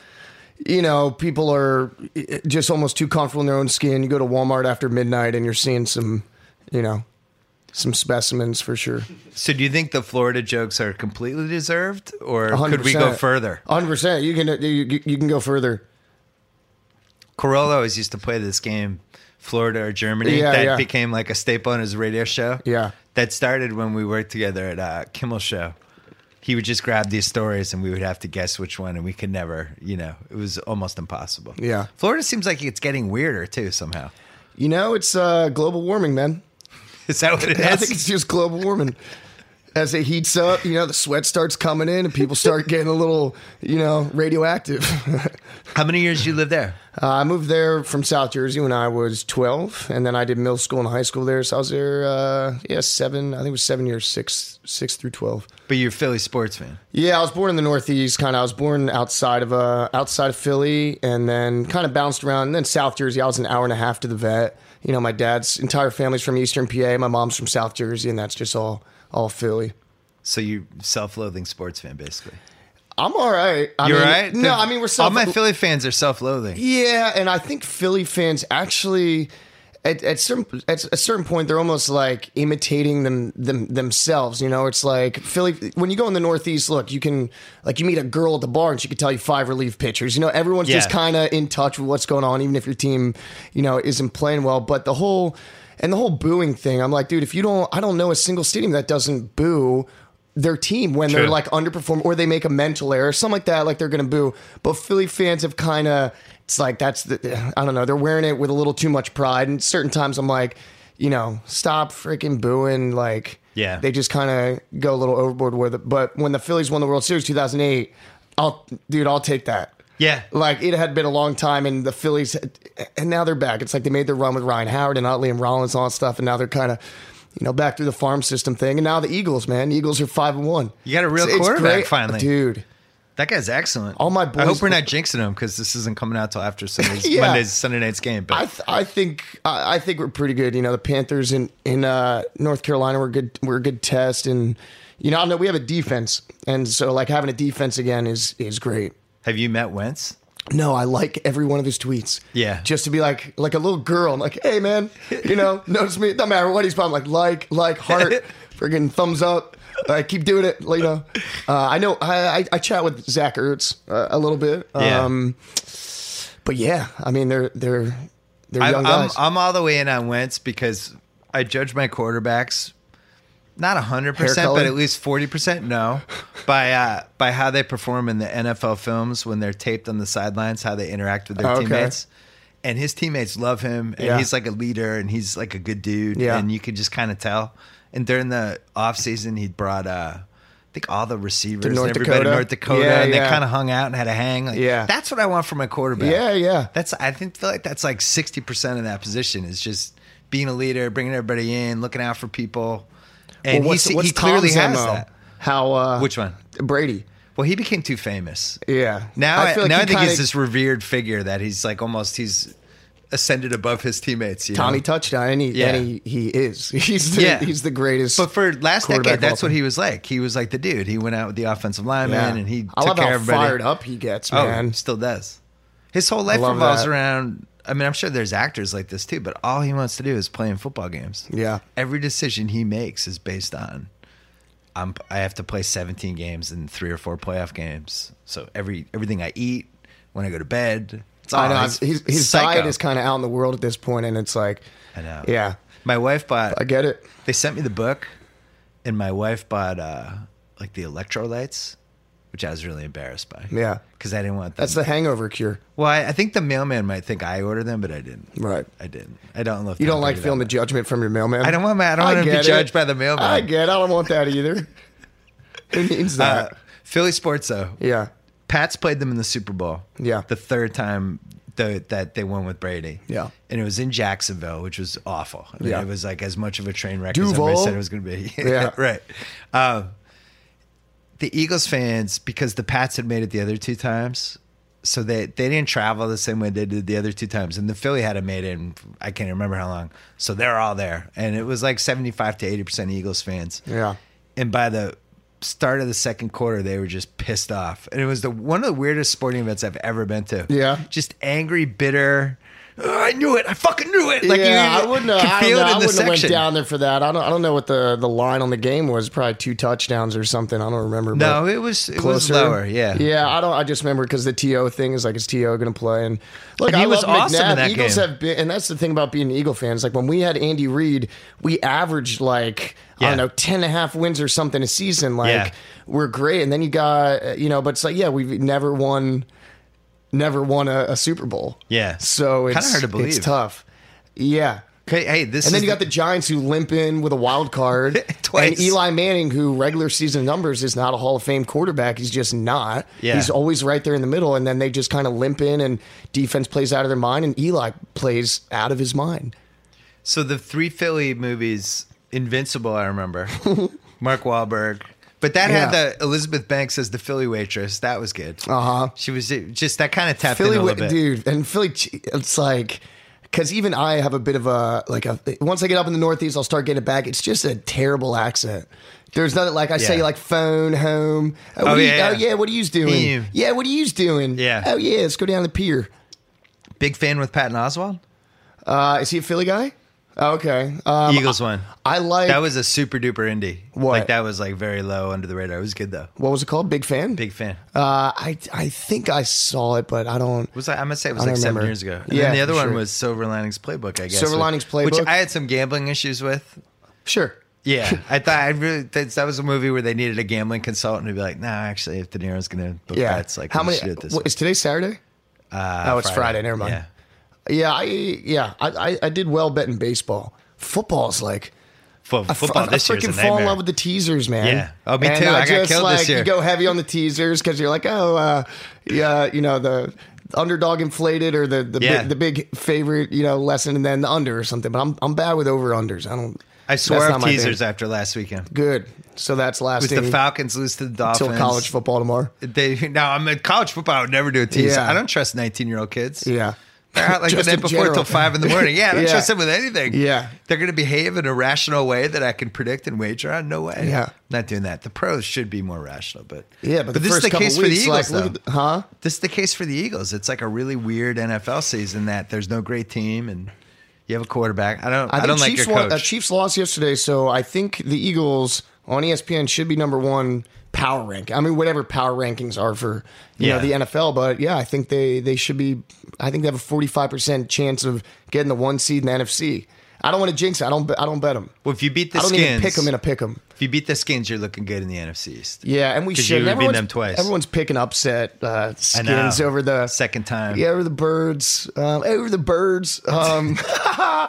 You know, people are eh, just almost too comfortable in their own skin. You go to Walmart after midnight, and you're seeing some, you know, some specimens for sure. So, do you think the Florida jokes are completely deserved, or could we go 100%. further? 100%. You can you, you- you can go further. Corolla always used to play this game, Florida or Germany. Yeah, that yeah. became like a staple on his radio show. Yeah. That started when we worked together at uh, Kimmel Show. He would just grab these stories and we would have to guess which one, and we could never, you know, it was almost impossible. Yeah. Florida seems like it's getting weirder too, somehow. You know, it's uh, global warming, man. Is that what it I think is? it's just global warming. As it heats up, you know, the sweat starts coming in and people start getting a little, you know, radioactive. uh, How many years did you live there? I moved there from South Jersey when I was 12, and then I did middle school and high school there. So I was there, uh, yeah, seven, I think it was seven years, six, six through 12. But you're a Philly sports fan. Yeah, I was born in the Northeast. Kind of, I was born outside of uh, outside of Philly, and then kind of bounced around. And then South Jersey. I was an hour and a half to the vet. You know, my dad's entire family's from Eastern PA. My mom's from South Jersey, and that's just all all Philly. So you're self loathing sports fan, basically. I'm all right. I You're mean, right? No, I mean we're All self- my Philly fans are self loathing. Yeah, and I think Philly fans actually. At, at some at a certain point, they're almost like imitating them, them themselves. You know, it's like Philly. When you go in the Northeast, look, you can like you meet a girl at the bar and she can tell you five relief pitchers. You know, everyone's just Yeah. kind of in touch with what's going on, even if your team, you know, isn't playing well. But the whole and the whole booing thing, I'm like, dude, if you don't, I don't know a single stadium that doesn't boo their team when True. they're like underperform or they make a mental error, something like that. Like they're gonna boo. But Philly fans have kind of it's like that's the I don't know. They're wearing it with a little too much pride. And certain times I'm like, you know, stop freaking booing. Like Yeah. they just kind of go a little overboard with it. But when the Phillies won the World Series 2008, I'll dude, I'll take that. Yeah. Like it had been a long time, and the Phillies, and now they're back. It's like they made their run with Ryan Howard and Utley and Rollins and all that stuff, and now they're kind of, you know, back through the farm system thing. And now the Eagles, man, Eagles are five and one. You got a real It's- it's quarterback great. finally. dude. That guy's excellent. All my I hope boys- we're not jinxing him because this isn't coming out till after Sunday's, Yeah. Monday's Sunday night's game. But I, th- I think I, I think we're pretty good. You know, the Panthers in in uh, North Carolina were good. We're a good test, and you know, I know we have a defense, and so like having a defense again is is great. have you met Wentz? No, I like every one of his tweets. Yeah. just to be like like a little girl. I'm like, hey man, you know, notice me. No matter what he's probably like, like like heart, friggin' thumbs up. Like keep doing it. like, You know, uh, I know. I, I I chat with Zach Ertz uh, a little bit. Yeah. Um, but yeah, I mean they're they're they're I, young I'm, guys. I'm all the way in on Wentz because I judge my quarterbacks not hundred Hair percent, color? but at least forty percent. No, by uh, by how they perform in the NFL films when they're taped on the sidelines, how they interact with their Oh, Okay. teammates. And his teammates love him, and Yeah. he's like a leader, and he's like a good dude, Yeah. and you could just kind of tell. And during the off season, he brought uh, I think all the receivers and North everybody in Dakota? North Dakota, Yeah, and they yeah. kind of hung out and had a hang. Like, Yeah. that's what I want from my quarterback. Yeah, yeah. That's I think feel like that's like sixty percent of that position is just being a leader, bringing everybody in, looking out for people, and Well, he, se- he clearly has Tom's MO? that. How uh, Which one? Brady. Well, he became too famous. Yeah. Now, I, feel like now he I think he's kinda- this revered figure that he's like almost he's ascended above his teammates. You Tommy know? touchdown, and he, Yeah. and he, he is. He's the, Yeah. he's the greatest. But for last quarterback decade, of all that's what time. he was like. He was like the dude. He went out with the offensive lineman Yeah. and he I took love care how of everybody. fired up he gets, Oh, man. still does. His whole life love revolves that. around. I mean, I'm sure there's actors like this too, but all he wants to do is play in football games. Yeah. Every decision he makes is based on. I'm, I have to play 17 games in three or four playoff games. So every everything I eat, when I go to bed, it's all I know. Oh, he's- His, he's his side psycho. is kind of out in the world at this point, and it's like, I know. yeah, My wife bought. I get it. They sent me the book, and my wife bought uh, like the electrolytes, which I was really embarrassed by. Yeah. because I didn't want them. That's the hangover cure. Well, I, I think the mailman might think I ordered them, but I didn't. Right. I didn't. I don't love. You don't like feeling the judgment from your mailman. I don't want my- I don't want to be get it. judged by the mailman. I get. it. I don't want that either. Who needs uh, that? Philly sports though. yeah. Pats played them in the Super Bowl. Yeah. the third time the, that they won with Brady. Yeah. and it was in Jacksonville, which was awful. I mean, Yeah. it was like as much of a train wreck as Duval? everybody said it was going to be. Yeah. right. Um, the Eagles fans, because the Pats had made it the other two times, so they they didn't travel the same way they did the other two times, and the Philly had it made it. In, I can't remember how long, so they're all there, and it was like seventy five to eighty percent Eagles fans Yeah. and by the start of the second quarter they were just pissed off and it was the one of the weirdest sporting events i've ever been to Yeah. just angry bitter "Oh, i knew it i fucking knew it like yeah, you, I wouldn't. Have, could I don't feel it know, I in the wouldn't have went section down there for that. I don't. I don't know what the, the line on the game was. Probably two touchdowns or something. I don't remember. no but it was it was closer. lower yeah Yeah. I don't. I just remember because the To thing is like, is To going to play? And look, And he I was love awesome in McNabb. that Eagles game. have been, and that's the thing about being an Eagle fans. Like when we had Andy Reid, we averaged like I Yeah. don't know 10 and a half wins or something a season. Like Yeah. we're great. And then you got uh, you know, but it's like yeah, we've never won, never won a, a Super Bowl. Yeah. So Kinda it's hard to believe. It's tough. Yeah. okay hey this And is then you got the Giants who limp in with a wild card. Twice. And Eli Manning, who regular season numbers is not a Hall of Fame quarterback. He's just not. Yeah. He's always right there in the middle. And then they just kind of limp in and defense plays out of their mind and Eli plays out of his mind. so the three philly movies invincible i remember mark Wahlberg. but that had Yeah. the elizabeth banks as the philly waitress that was good Uh-huh. she was just that kind of tapped Philly, in a wa- little bit dude, and Philly, ch- it's like because even I have a bit of a like a. Once I get up in the Northeast, I'll start getting it back. It's just a terrible accent. There's nothing like I say Yeah. like phone home. Oh, Oh, what are you- yeah, oh yeah. yeah, what are you doing? Ew. Yeah, what are you doing? Yeah. Oh yeah, let's go down the pier. big fan with patton oswald Uh, is he a Philly guy? Oh, okay. Um, eagles won I like That was a super duper indie. What? Like that was like very low under the radar. It was good though. what was it called? Big fan. Big fan. Uh, I I think I saw it, but I don't. It was like, I'm gonna say it was I like don't seven remember. years ago. And Yeah, then the other for one sure. was Silver Linings Playbook, I guess. Silver which- Linings which Playbook. I had some gambling issues with. Sure. Yeah, I thought I really that, that was a movie where they needed a gambling consultant to be like, nah, actually, if De Niro's gonna book Yeah. bets, like, how we many? should do it this what- way. Is today Saturday? Uh, oh, it's Friday, never mind. Yeah. Yeah, I yeah, I, I, I did well betting baseball. Football's like fo- football this I year's a freaking fall in nightmare. love with the teasers, man. Yeah. Oh, me And too. I got just, killed like, this year. You go heavy on the teasers because you're like, oh, uh, yeah, you know the underdog inflated or the the, bi- Yeah. the big favorite, you know, lesson, and then the under or something. But I'm I'm bad with over unders. I don't. I that's swear not up my thing. teasers after last weekend. Good. So that's With lasting the Falcons lose to the Dolphins. until college football tomorrow. They now I'm in college football. I would never do a teaser. Yeah. I don't trust 19 year old kids. Yeah. They're out like the Just night in before general. till five in the morning. Yeah, I don't Yeah. trust them with anything. Yeah. They're going to behave in a rational way that I can predict and wager on. No way. Yeah. Not doing that. The pros should be more rational, but Yeah, but, the this first is the couple case for the weeks, Eagles, like, though. look at the- huh? This is the case for the Eagles. It's like a really weird NFL season that there's no great team and you have a quarterback. I don't. I, think don't like Chiefs your won- coach. uh, Chiefs lost yesterday, so I think the Eagles on E ESPN should be number one power rank. I mean, whatever power rankings are for you Yeah. know the NFL, but yeah, I think they they should be. I think they have a forty five percent chance of getting the one seed in the NFC. I don't want to jinx. It. I don't. bet- I don't bet them. well, if you beat the I don't skins, even pick them in a pick them. if you beat the skins, you're looking good in the NFC East. Yeah, and we 'Cause should. you beat Everyone's- them twice. Everyone's picking upset uh, I know. skins over the second time. Yeah, over the birds. Um, over the birds. Um,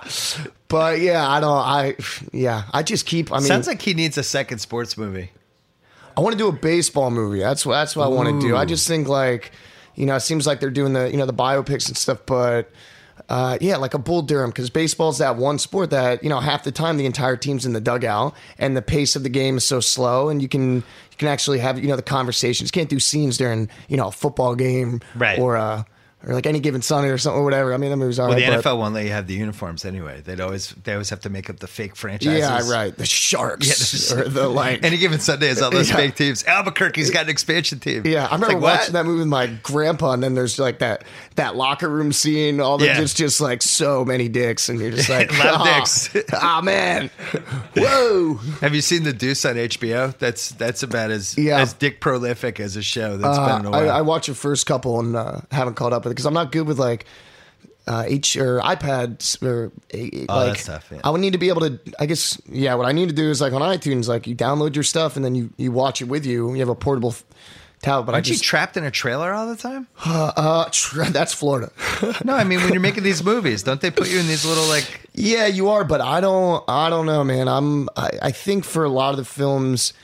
but yeah, I don't. I yeah, I just keep. I mean, Sounds like he needs a second sports movie. I want to do a baseball movie. That's what that's what I want to do. I just think like, you know, it seems like they're doing the you know the biopics and stuff, but. Uh, yeah, like a Bull Durham, because baseball's that one sport that you know half the time the entire team's in the dugout, and the pace of the game is so slow, and you can you can actually have you know the conversations. Can't do scenes during you know a football game, Right. Or uh, or like any given Sunday or something or whatever. I mean, that movie's all Well, right. the but- NFL won't let you have the uniforms anyway. They'd always they always have to make up the fake franchises. Yeah, right. The Sharks Yeah, or the like. Any given Sunday is all those Yeah. fake teams. Albuquerque's got an expansion team. yeah, I It's remember like, what? watching that movie with my grandpa, and then there's like that that locker room scene. All the Yeah. just just like so many dicks, and you're just like A lot of ah, dicks. Ah man, whoa. Have you seen The Deuce on HBO? That's that's about as Yeah. as dick prolific as a show that's been in a Uh, while. I, I watched the first couple and uh, haven't caught up with it because I'm not good with like uh, H or iPads or uh, like that's tough, Oh, yeah. I would need to be able to. I guess yeah. What I need to do is like on iTunes, like you download your stuff and then you you watch it with you. You have a portable f- tablet, but I Aren't you just trapped in a trailer all the time? uh, tr- that's Florida. No, I mean when you're making these movies, don't they put you in these little like? Yeah, you are, but I don't. I don't know, man. I'm. I, I think for a lot of the films,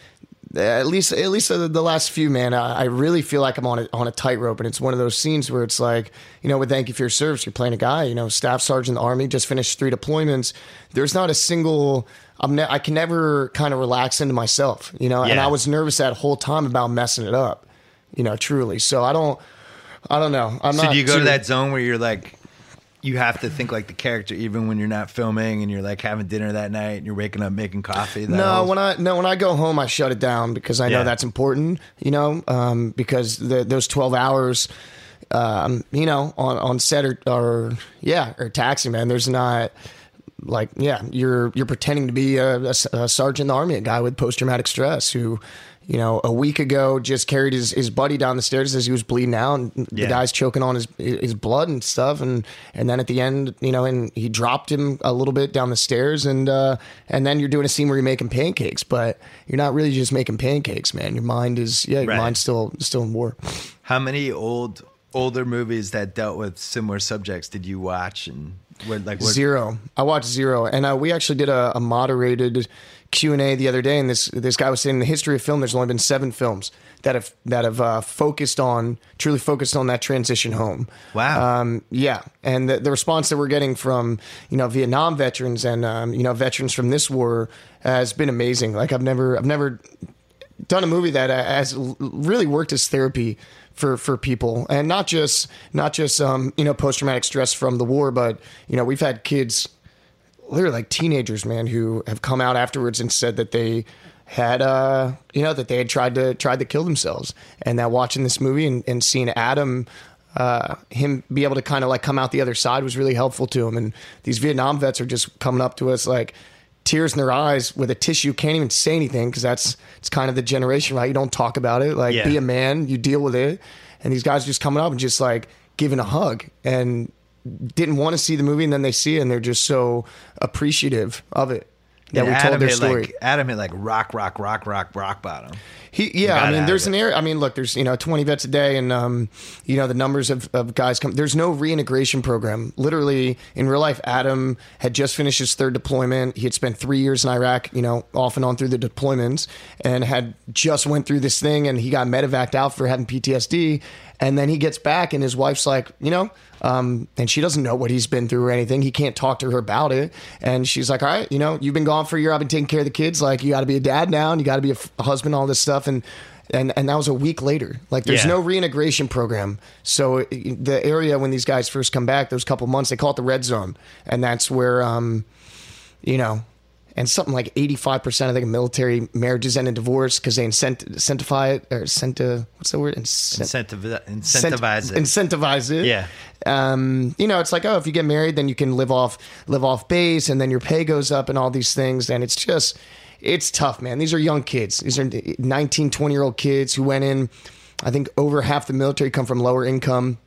at least at least the, the last few, man, I, I really feel like I'm on a, on a tightrope, and it's one of those scenes where it's like, you know, with thank you for your service, you're playing a guy, you know, staff sergeant in the army, just finished three deployments. There's not a single. I'm. Ne- I can never kind of relax into myself, you know. And Yeah. I was nervous that whole time about messing it up, you know. Truly, so I don't. I don't know. I'm So not. do you go too- to that zone where you're like? You have to think like the character, even when you're not filming, and you're like having dinner that night, and you're waking up making coffee. that No, whole- when I no when I go home, I shut it down because I Yeah. know that's important. You know, um, because the, those twelve hours, um, you know, on on set or, or yeah or taxi man, there's not like yeah you're you're pretending to be a, a s- a sergeant in the army, a guy with post traumatic stress who. You know, a week ago, just carried his, his buddy down the stairs as he was bleeding out, and the Yeah. guy's choking on his his blood and stuff, and and then at the end, you know, and he dropped him a little bit down the stairs, and uh, and then you're doing a scene where you're making pancakes, but you're not really just making pancakes, man. Your mind is yeah, your Right. mind's still still in war. How many old older movies that dealt with similar subjects did you watch and what like what, Zero. I watched zero, and uh, we actually did a, a moderated Q and A the other day, and this this guy was saying in the history of film, there's only been seven films that have that have uh, focused on truly focused on that transition home. Wow. Um, yeah, and the, the response that we're getting from you know Vietnam veterans and um, you know veterans from this war has been amazing. Like I've never I've never done a movie that has really worked as therapy for for people and not just not just um you know post traumatic stress from the war but you know we've had kids literally like teenagers man who have come out afterwards and said that they had uh you know that they had tried to tried to kill themselves and that watching this movie and, and seeing Adam uh, him be able to kind of like come out the other side was really helpful to him and these Vietnam vets are just coming up to us like tears in their eyes with a tissue can't even say anything because that's it's kind of the generation right you don't talk about it like Yeah. be a man you deal with it and these guys are just coming up and just like giving a hug and didn't want to see the movie and then they see it and they're just so appreciative of it that we told Adam their hit, story. Like, Adam hit like rock, rock, rock, rock, rock bottom. He, yeah, I gotta mean, have there's it. an area. I mean, look, there's you know 20 vets a day, and um, you know the numbers of, of guys come. There's no reintegration program. Literally in real life, Adam had just finished his third deployment. He had spent three years in Iraq, you know, off and on through the deployments, and had just went through this thing, and he got medevaced out for having PTSD, and then he gets back, and his wife's like, you know, um, and she doesn't know what he's been through or anything. He can't talk to her about it. And she's like, all right, you know, you've been gone for a year. I've been taking care of the kids. Like, you got to be a dad now and you got to be a, f- a husband, all this stuff. And, and, and that was a week later. Like, there's Yeah. no reintegration program. So, it, the area when these guys first come back, those couple months, they call it the red zone. And that's where, um, you know, and something like 85% of the military marriages end in divorce because they incent- incentivize it or incent- what's the word? Incent- Incentiv- incentivize it. Incentivize it. Yeah. Um, you know, it's like, oh, if you get married, then you can live off live off base, and then your pay goes up, and all these things, and it's just, it's tough, man. These are young kids. These are 19, 20 year old kids who went in. I think over half the military come from lower income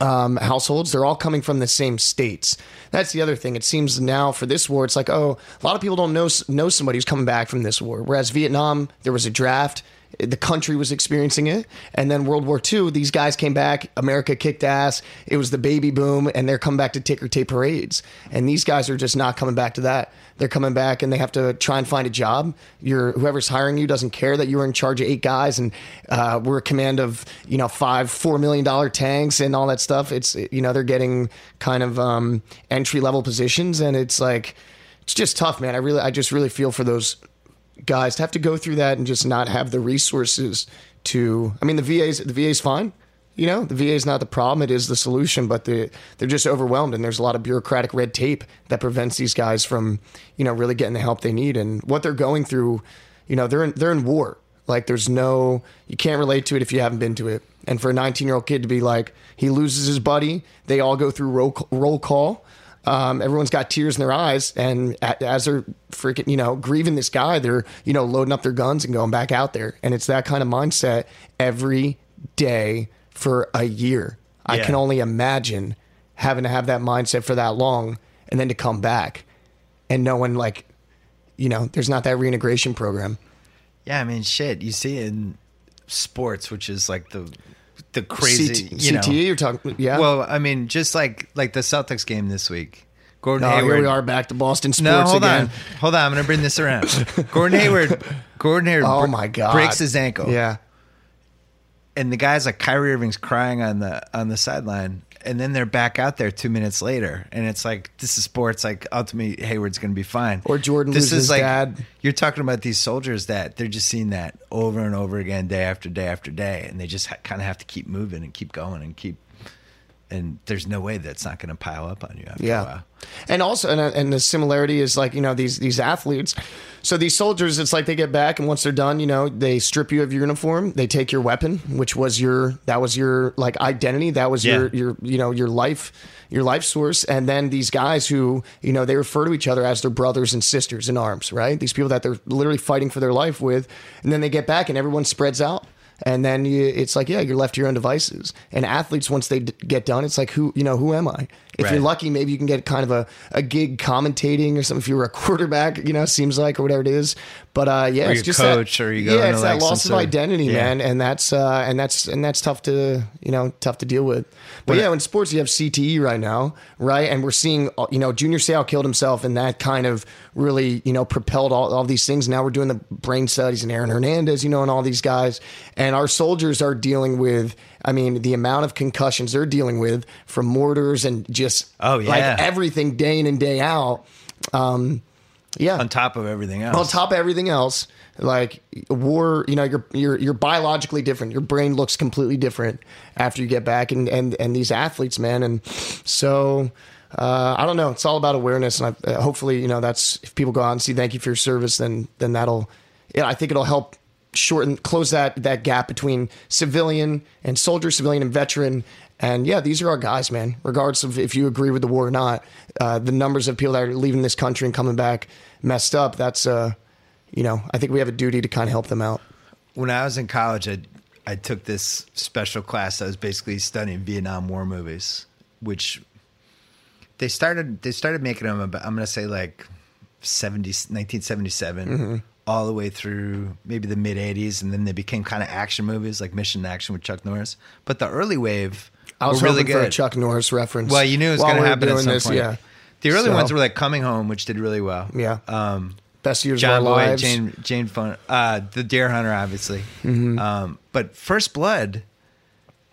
um, households. They're all coming from the same states. That's the other thing. It seems now for this war, it's like, oh, a lot of people don't know know somebody who's coming back from this war. Whereas Vietnam, there was a draft. The country was experiencing it, and then World War II. These guys came back. America kicked ass. It was the baby boom, and they're coming back to ticker tape parades. And these guys are just not coming back to that. They're coming back, and they have to try and find a job. Your whoever's hiring you doesn't care that you were in charge of eight guys and uh, were command of you know five four million dollar tanks and all that stuff. It's you know they're getting kind of um, entry level positions, and it's like it's just tough, man. I really I just really feel for those guys to have to go through that and just not have the resources to. I mean, the VA's the VA's fine. You know, the VA is not the problem; it is the solution. But the, they're just overwhelmed, and there's a lot of bureaucratic red tape that prevents these guys from, you know, really getting the help they need. And what they're going through, you know, they're in, they're in war. Like, there's no you can't relate to it if you haven't been to it. And for a 19 year old kid to be like, he loses his buddy, they all go through roll, roll call. Um, everyone's got tears in their eyes, and a as they're freaking, you know, grieving this guy, they're you know loading up their guns and going back out there, and it's that kind of mindset every day for a year. I Yeah. can only imagine having to have that mindset for that long, and then to come back, and no one like, you know, there's not that reintegration program. Yeah, I mean, shit. You see in sports, which is like the the crazy, CT you know. CTE, you're talking, E, yeah. Well, I mean, just like like the Celtics game this week, Gordon Oh, Hayward. here we are back to Boston sports No, hold again. on, hold on. I'm gonna bring this around. Gordon Hayward. Gordon Hayward. Oh br- my god, Breaks his ankle. Yeah, and the guys like Kyrie Irving's crying on the on the sideline, and then they're back out there two minutes later, and it's like this is sports. Like ultimately, Hayward's going to be fine. Or Jordan this losing is his like dad. you're talking about these soldiers that they're just seeing that over and over again, day after day after day, and they just ha- kind of have to keep moving and keep going and keep. And there's no way that's not going to pile up on you after yeah. a while. And also, and, uh, and the similarity is like you know these these athletes. So these soldiers, it's like they get back, and once they're done, you know, they strip you of your uniform, they take your weapon, which was your that was your like identity, that was your Yeah. your you know your life your life source, and then these guys who you know they refer to each other as their brothers and sisters in arms, right? These people that they're literally fighting for their life with, and then they get back, and everyone spreads out. And then you, it's like, yeah, you're left to your own devices. And athletes, once they d- get done, it's like, who, you know, who am I? If you're Right. lucky, maybe you can get kind of a, a gig commentating or something. If you were a quarterback, you know, seems like or whatever it is. But uh, yeah, Or it's your just coach, that, or you go yeah, into, it's like, that some loss of sort of- identity, yeah. man, and that's uh, and that's and that's tough to you know tough to deal with. But yeah, in sports you have CTE right now, right? And we're seeing uh, you know Junior Seau killed himself, and that kind of really you know propelled all, all these things. Now we're doing the brain studies and Aaron Hernandez, you know, and all these guys, and our soldiers are dealing with. I mean, the amount of concussions they're dealing with from mortars and just Oh, yeah. like everything day in and day out. Um, yeah, On top of everything else, on top of everything else, like war, you know, you're you're you're biologically different. Your brain looks completely different after you get back, and and and these athletes, man, and so. Uh, I don't know. It's all about awareness, and I, uh, hopefully, you know, that's if people go out and see, thank you for your service, then then that'll, yeah, I think it'll help shorten, close that that gap between civilian and soldier, civilian and veteran, and yeah, these are our guys, man. Regardless of if you agree with the war or not, uh, the numbers of people that are leaving this country and coming back messed up. That's uh, you know, I think we have a duty to kind of help them out. when I was in college, I I took this special class that was basically studying Vietnam War movies, which they started they started making them about I'm gonna say like 70, 1977 Mm-hmm. all the way through maybe the mid 80s. And then they became kind of action movies like Mission Action with Chuck Norris. But the early wave I was were really hoping good. for a Chuck Norris reference. Well, you knew it was while going to we were happen at doing some this, point. Yeah, The early So- ones were like Coming Home, which did really well. yeah. Um, Best years John of our Boyd, lives. Jane, Jane Fon, uh, the Deer Hunter, obviously. Mm-hmm. Um, but First Blood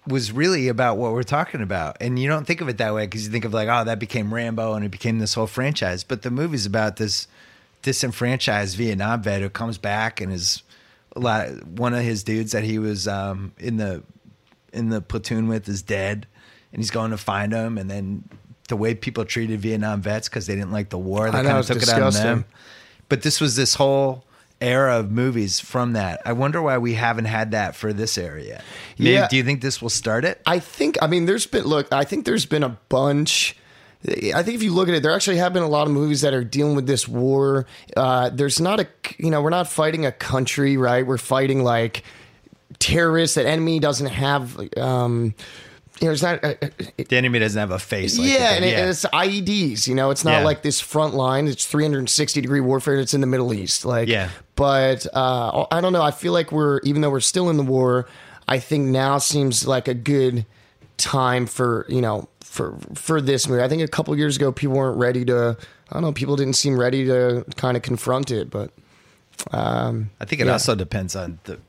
was really about what we're talking about, and you don't think of it that way because you think of like, oh, that became Rambo, and it became this whole franchise. But the movie's about this disenfranchised Vietnam vet who comes back and is a lot, one of his dudes that he was um, in the in the platoon with is dead, and he's going to find him, and then. The way people treated Vietnam vets because they didn't like the war, they I know, kind of it's took it out on them disgusting. but this was this whole era of movies from that. I wonder why we haven't had that for this era yet. Maybe, Yeah. Do you think this will start it? I think. I mean, there's been look. I think there's been a bunch. I think if you look at it, there actually have been a lot of movies that are dealing with this war. Uh, there's not a, you know, we're not fighting a country, right? We're fighting like terrorists. That enemy doesn't have, um, you know, it's not. Uh, The enemy doesn't have a face. Like yeah, it and did. it- and it's IEDs. You know, it's not Yeah. like this front line. It's 360 degree warfare. It's in the Middle East. Like, Yeah. But uh, I don't know. I feel like we're even though we're still in the war, I think now seems like a good time for you know for for this movie. I think a couple years ago people weren't ready to. I don't know. People didn't seem ready to kind of confront it, but I think it also depends on the,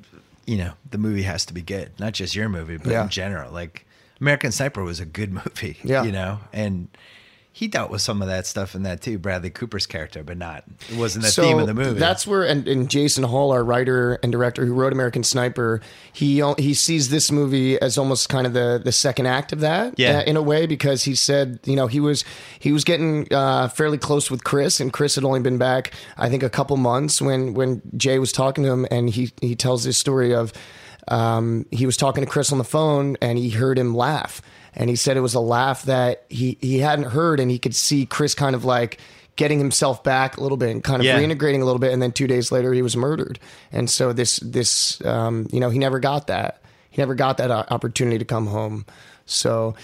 you know, the movie has to be good, not just your movie, but Yeah. in general. Like American Sniper was a good movie, Yeah. you know, and he dealt with some of that stuff in that too. Bradley Cooper's character, but not it wasn't the theme of the movie. That's where and, and Jason Hall, our writer and director who wrote American Sniper, he he sees this movie as almost kind of the the second act of that, Yeah. uh, in a way because he said you know he was he was getting uh, fairly close with Chris, and Chris had only been back I think a couple months when when Jay was talking to him, and he he tells this story of um, he was talking to Chris on the phone and he heard him laugh. And he said it was a laugh that he, he hadn't heard, and he could see Chris kind of like getting himself back a little bit and kind of Yeah. reintegrating a little bit. And then two days later, he was murdered. And so this, this, um, you know, he never got that. He never got that o- opportunity to come home. So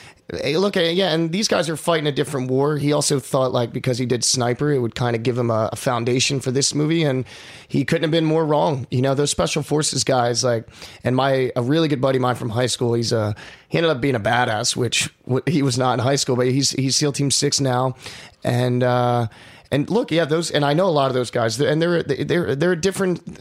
eh, look at yeah, and these guys are fighting a different war. He also thought like because he did Sniper, it would kind of give him a, a foundation for this movie, and he couldn't have been more wrong. You know, those special forces guys like, and my a really good buddy of mine from high school. He's a he ended up being a badass, which w- he was not in high school, but he's he's SEAL Team Six now, and uh, and look, yeah, those and I know a lot of those guys, and they're they're they're different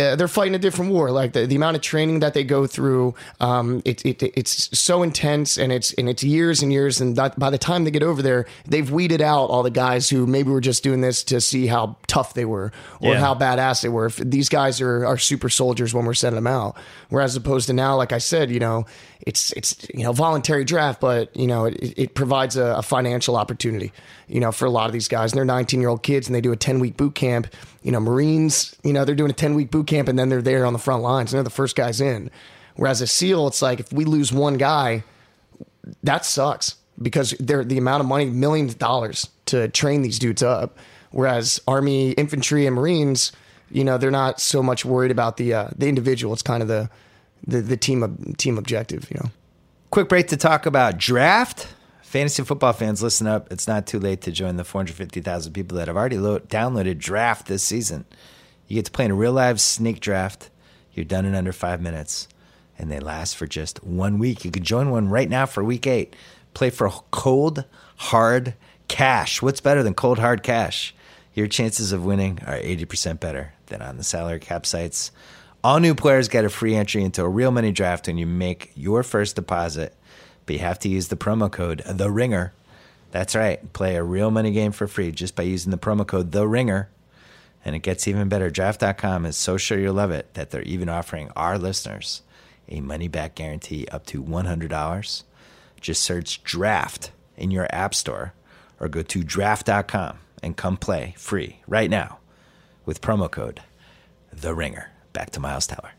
uh, they're fighting a different war. Like the, the amount of training that they go through, um, it, it, it's so intense, and it's and it's years and years. And that, by the time they get over there, they've weeded out all the guys who maybe were just doing this to see how tough they were or Yeah. how badass they were. If these guys are are super soldiers when we're sending them out, whereas opposed to now, like I said, you know, it's it's you know voluntary draft, but you know it, it provides a, a financial opportunity, you know, for a lot of these guys. And they're 19 year old kids, and they do a 10 week boot camp. You know, Marines, you know, they're doing a 10 week boot camp, and then they're there on the front lines, and they're the first guys in. Whereas a SEAL, it's like if we lose one guy, that sucks because they're the amount of money, millions of dollars to train these dudes up. Whereas Army infantry and Marines, you know, they're not so much worried about the uh, the individual. It's kind of the the, the team ob- team objective, you know. Quick break to talk about draft. Fantasy football fans, listen up. It's not too late to join the 450,000 people that have already lo- downloaded Draft this season. You get to play in a real live snake draft. You're done in under five minutes, and they last for just one week. You can join one right now for week eight. Play for cold, hard cash. What's better than cold, hard cash? Your chances of winning are 80% better than on the salary cap sites. All new players get a free entry into a real money draft when you make your first deposit, but you have to use the promo code The Ringer. That's right. Play a real money game for free just by using the promo code The Ringer. And it gets even better. Draft.com is so sure you'll love it that they're even offering our listeners a money back guarantee up to $100. Just search Draft in your app store or go to draft.com and come play free right now with promo code The Ringer. Back to Miles Tower.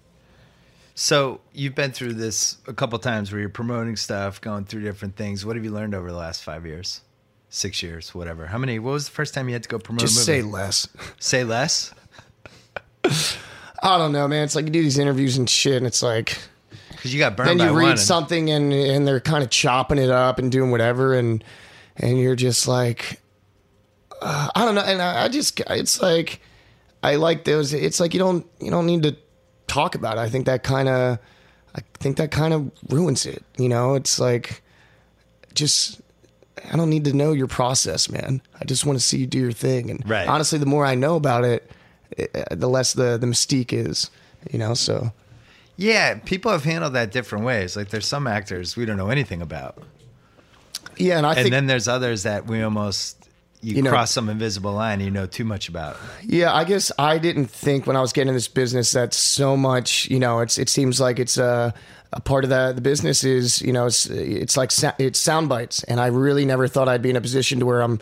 So you've been through this a couple times where you're promoting stuff, going through different things. What have you learned over the last five years? Six years, whatever. How many? What was the first time you had to go promote? a Just movie? say less. Say less. I don't know, man. It's like you do these interviews and shit, and it's like Because you got burned then by you one. read and- something and and they're kind of chopping it up and doing whatever, and and you're just like, uh, I don't know, and I, I just it's like I like those. It's like you don't you don't need to talk about it. I think that kind of I think that kind of ruins it. You know, it's like just I don't need to know your process, man. I just want to see you do your thing. And Right. honestly, the more I know about it, eh, the less the the mystique is. You know, so Yeah, people have handled that different ways. Like there's some actors we don't know anything about. yeah, and I And think then there's others that we almost you, You know- cross some invisible line you know too much about. Yeah, I guess I didn't think when I was getting in this business that so much. You know, it's it seems like it's a, a part of the the business is you know it's it's like sa- it's sound bites, and I really never thought I'd be in a position to where I'm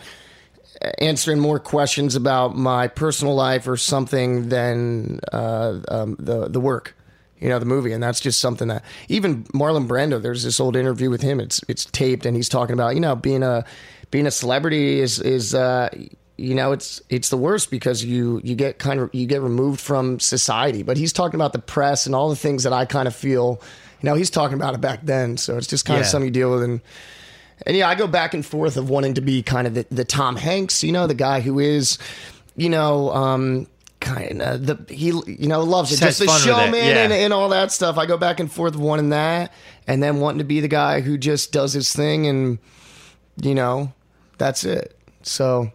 answering more questions about my personal life or something than uh, um, the the work. You know, the movie, and that's just something that even Marlon Brando. There's this old interview with him. It's it's taped, and he's talking about you know being a being a celebrity is is uh, you know it's it's the worst because you you get kind of you get removed from society. But he's talking about the press and all the things that I kind of feel. You know, he's talking about it back then, so it's just kind of Yeah. something you deal with and. And yeah, I go back and forth of wanting to be kind of the, the Tom Hanks, you know, the guy who is, you know, um, kind of the he, you know, loves it, Has just the fun with it, showman yeah. and, and all that stuff. I go back and forth of wanting that, and then wanting to be the guy who just does his thing, and you know, that's it. So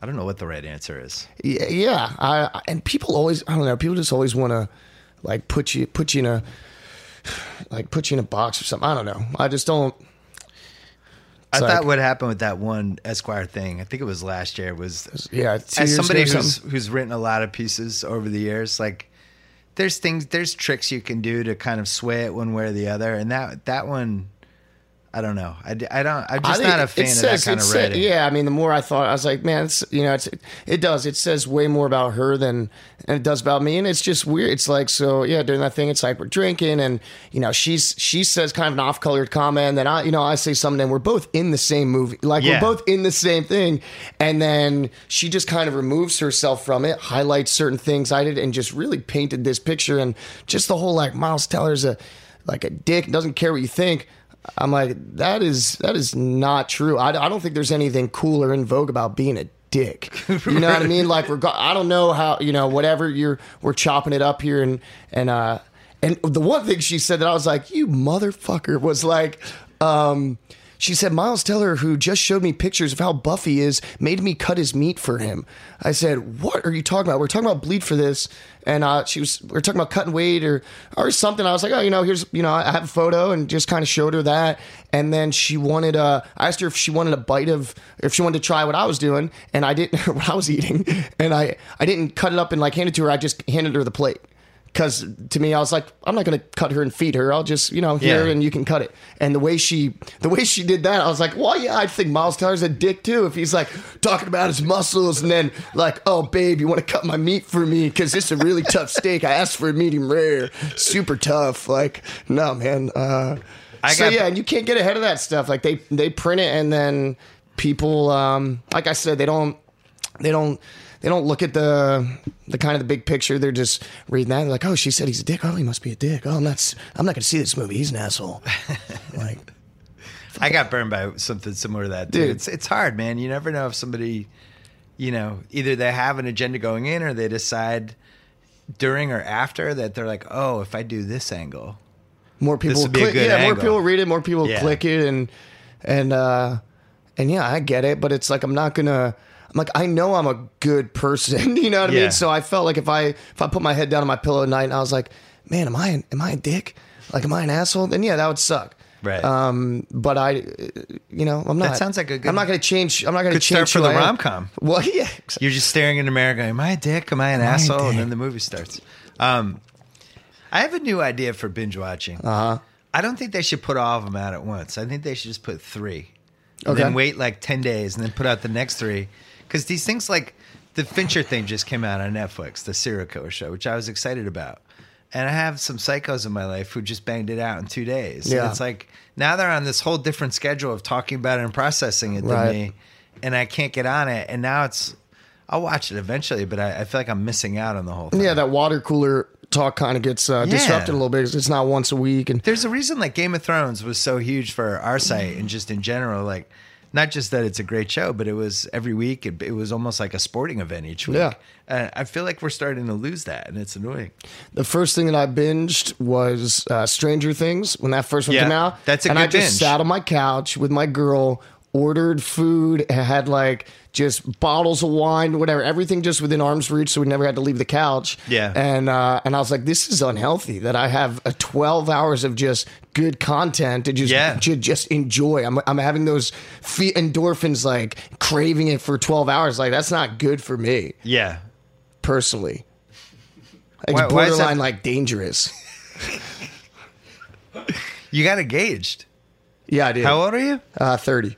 I don't know what the right answer is. yeah, yeah. I, I- and people always I don't know people just always want to like put you put you in a like put you in a box or something. I don't know. I just don't. I It's thought like- what happened with that one Esquire thing, I think it was last year, was Yeah, two years as ago somebody or something. who's who's written a lot of pieces over the years, like there's things, there's tricks you can do to kind of sway it one way or the other, and that that one, I don't know, I, d- I don't, I'm just I think not a it fan of says- that kind it of said- writing. yeah, I mean, the more I thought, I was like, man, it's you know, it's, it does. It says way more about her than and it does about me, and it's just weird. It's like so, yeah, during that thing, it's like we're drinking, and you know, she's she says kind of an off colored comment, and then I, you know, I say something, and we're both in the same movie, like Yeah. we're both in the same thing, and then she just kind of removes herself from it, highlights certain things I did, and just really painted this picture, and just the whole like Miles Teller's a like a dick, doesn't care what you think. I'm like, that is that is not true. I, I don't think there's anything cool or in vogue about being a dick. You know what I mean? Like, reg- I don't know how you know whatever you're we're chopping it up here and and uh and the one thing she said that I was like, you motherfucker, was like, um. She said, Miles Teller, who just showed me pictures of how buff he is, made me cut his meat for him. I said, What are you talking about? We're talking about bleed for this. And uh, she was, we are talking about cutting weight or, or something. I was like, Oh, you know, here's, you know, I have a photo and just kind of showed her that. And then she wanted, uh, I asked her if she wanted a bite of, if she wanted to try what I was doing. And I didn't, what I was eating. And I, I didn't cut it up and like hand it to her. I just handed her the plate. Because to me, I was like, I'm not going to cut her and feed her. I'll just, you know, here Yeah. and you can cut it. And the way she, the way she did that, I was like, well, yeah, I think Miles Teller's a dick too. If he's like talking about his muscles and then like, oh, babe, you want to cut my meat for me? Because it's a really tough steak. I asked for a medium rare, super tough. Like, no, man. Uh, I so got- yeah, and you can't get ahead of that stuff. Like they they print it and then people, um, like I said, they don't they don't they don't look at the the kind of the big picture. They're just reading that. They're like, oh, she said he's a dick. Oh, he must be a dick. Oh, I'm not s- I'm not gonna see this movie. He's an asshole. like, I got burned by something similar to that too. Dude. It's it's hard, man. You never know if somebody, you know, either they have an agenda going in or they decide during or after that they're like, oh, if I do this angle, more people would will be a click. good yeah, more angle. people read it. More people Yeah. click it, and and uh, and yeah, I get it. But it's like I'm not gonna. I'm like I know I'm a good person. you know what I Yeah. mean? So I felt like if I if I put my head down on my pillow at night and I was like, man, am I an, am I a dick? Like, am I an asshole? Then yeah, that would suck. Right. Um. But I, uh, you know, I'm not. sounds like a good- I'm not gonna change. I'm not gonna Good start change for who the I am. rom-com. Well, yeah. You're just staring in the mirror going, Am I a dick? Am I an a asshole? And dick? then the movie starts. Um, I have a new idea for binge watching. Uh-huh. I don't think they should put all of them out at once. I think they should just put three. And Okay. then wait like 10 days and then put out the next three. Because these things like the Fincher thing just came out on Netflix, the serial killer show, which I was excited about. And I have some psychos in my life who just banged it out in two days. And Yeah. it's like now they're on this whole different schedule of talking about it and processing it than Right. me and I can't get on it. And now it's, I'll watch it eventually, but I, I feel like I'm missing out on the whole thing. Yeah, that water cooler talk kind of gets uh, disrupted a little bit. 'cause It's not once a week, and There's a reason like Game of Thrones was so huge for our site and just in general. Like not just that it's a great show, but it was every week. It, it was almost like a sporting event each week. Yeah. Uh, I feel like we're starting to lose that, and it's annoying. The first thing that I binged was uh, Stranger Things when that first one Yeah, came out. that's a and I good just binge. sat on my couch with my girl, ordered food, had like just bottles of wine, whatever, everything just within arm's reach, so we never had to leave the couch. Yeah. and uh, and I was like, this is unhealthy that I have a twelve hours of just good content to just Yeah. to just enjoy. I'm I'm having those fe- endorphins like craving it for twelve hours. Like that's not good for me Yeah. personally. Why- It's why is that- borderline like dangerous. You got engaged. Yeah, I did. How old are you? Uh, Thirty.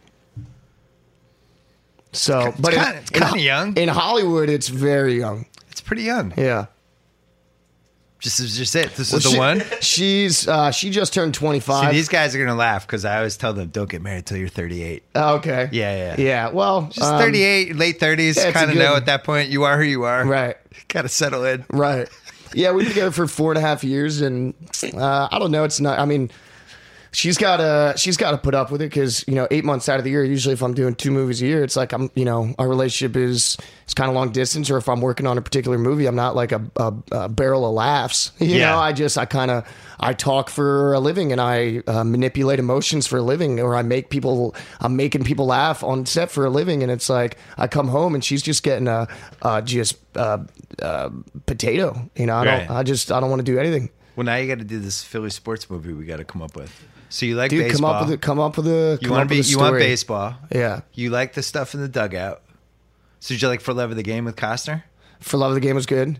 So, but in- kinda- in- kinda young. in Hollywood, it's very young. It's pretty young. Yeah, Just, this is just it. This Well, is the she- one. She's uh, she just turned twenty See, five. these guys are gonna laugh because I always tell them, "Don't get married till you're 38." okay. Yeah, yeah. yeah. Well, Just um, 38, late 30s. yeah, it's a kind of good- know at that point you are who you are. um, Right. Gotta settle in. Right. Yeah, we've been together for four and a half years, and uh, I don't know. It's not. I mean, she's got to she's got to put up with it because you know eight months out of the year. Usually, if I'm doing two movies a year, it's like I'm you know our relationship is it's kind of long distance. Or if I'm working on a particular movie, I'm not like a, a, a barrel of laughs. You Yeah. know, I just I kind of I talk for a living and I uh, manipulate emotions for a living, or I make people I'm making people laugh on set for a living, and it's like I come home and she's just getting a uh, just. Uh, uh, potato. You know, I Right. don't. I just. I don't want to do anything. Well, now you got to do this Philly sports movie we got to come up with. So you like Dude, baseball? come up with it. Come up with a. you come want up to be? with a You want story. baseball? Yeah. You like the stuff in the dugout? So did you like for love of the game with Costner? For love of the game was good.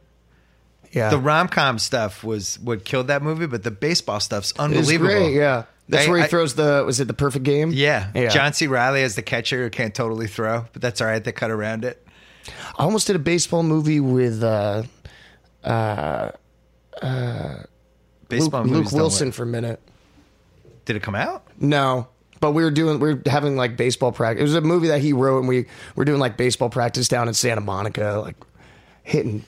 Yeah. The rom com stuff was what killed that movie, but the baseball stuff's It was unbelievable. great. Yeah. That's I- where he I- throws the. Was it the perfect game? Yeah. Yeah. John C. Riley as the catcher who can't totally throw, but that's all right. They cut around it. I almost did a baseball movie with uh, Luke, Baseball movies Luke don't Wilson work. for a minute. Did it come out? No. But we were doing, we were having like baseball practice. It was a movie that he wrote, and we were doing like baseball practice down in Santa Monica, like hitting.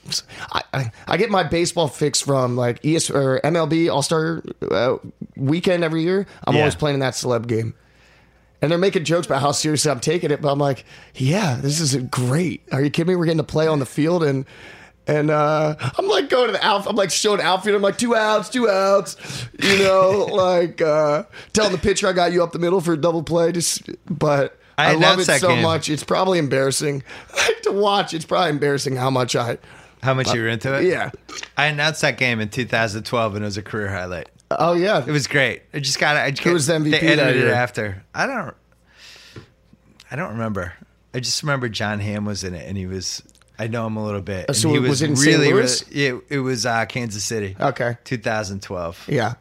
I, I, I get my baseball fix from like ES or MLB All Star uh, weekend every year. I'm Yeah. always playing in that celeb game. And they're making jokes about how seriously I'm taking it, but I'm like, yeah, this is great. Are you kidding me? We're getting to play on the field and and uh, I'm like going to the outfield. I'm like showing outfield. I'm like two outs, two outs. You know, like uh, telling the pitcher I got you up the middle for a double play. Just but I I, love announced it that so game. much. It's probably embarrassing to watch. It's probably embarrassing how much I How much you were into it? Uh, yeah. I announced that game in 2012 and it was a career highlight. Oh yeah, It was great. I just got. I just Who was the MVP They that edited it year? after. I don't. I don't remember. I just remember John Hamm was in it, and he was. I know him a little bit. and Uh, so he it was in St. Louis? really- it, it was uh, Kansas City. Okay. 2012, yeah.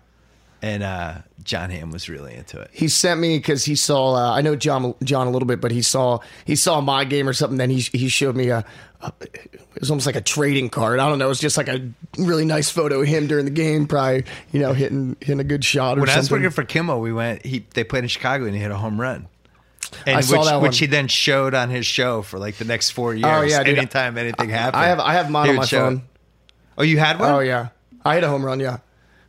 and uh, John Hamm was really into it. he sent me because he saw uh, I know John John a little bit, but he saw he saw my game or something. Then he he showed me a, a it was almost like a trading card. I don't know. It was just like a really nice photo of him during the game, probably you know hitting hitting a good shot or When I was something. working for Kimmel, we went. He they played in Chicago, and he hit a home run. And I which, saw that one. which he then showed on his show for like the next four years. Oh, yeah, dude. anytime anything happened, I have I have mine he on would my show it. phone. Oh, you had one? Oh yeah, I hit a home run. Yeah,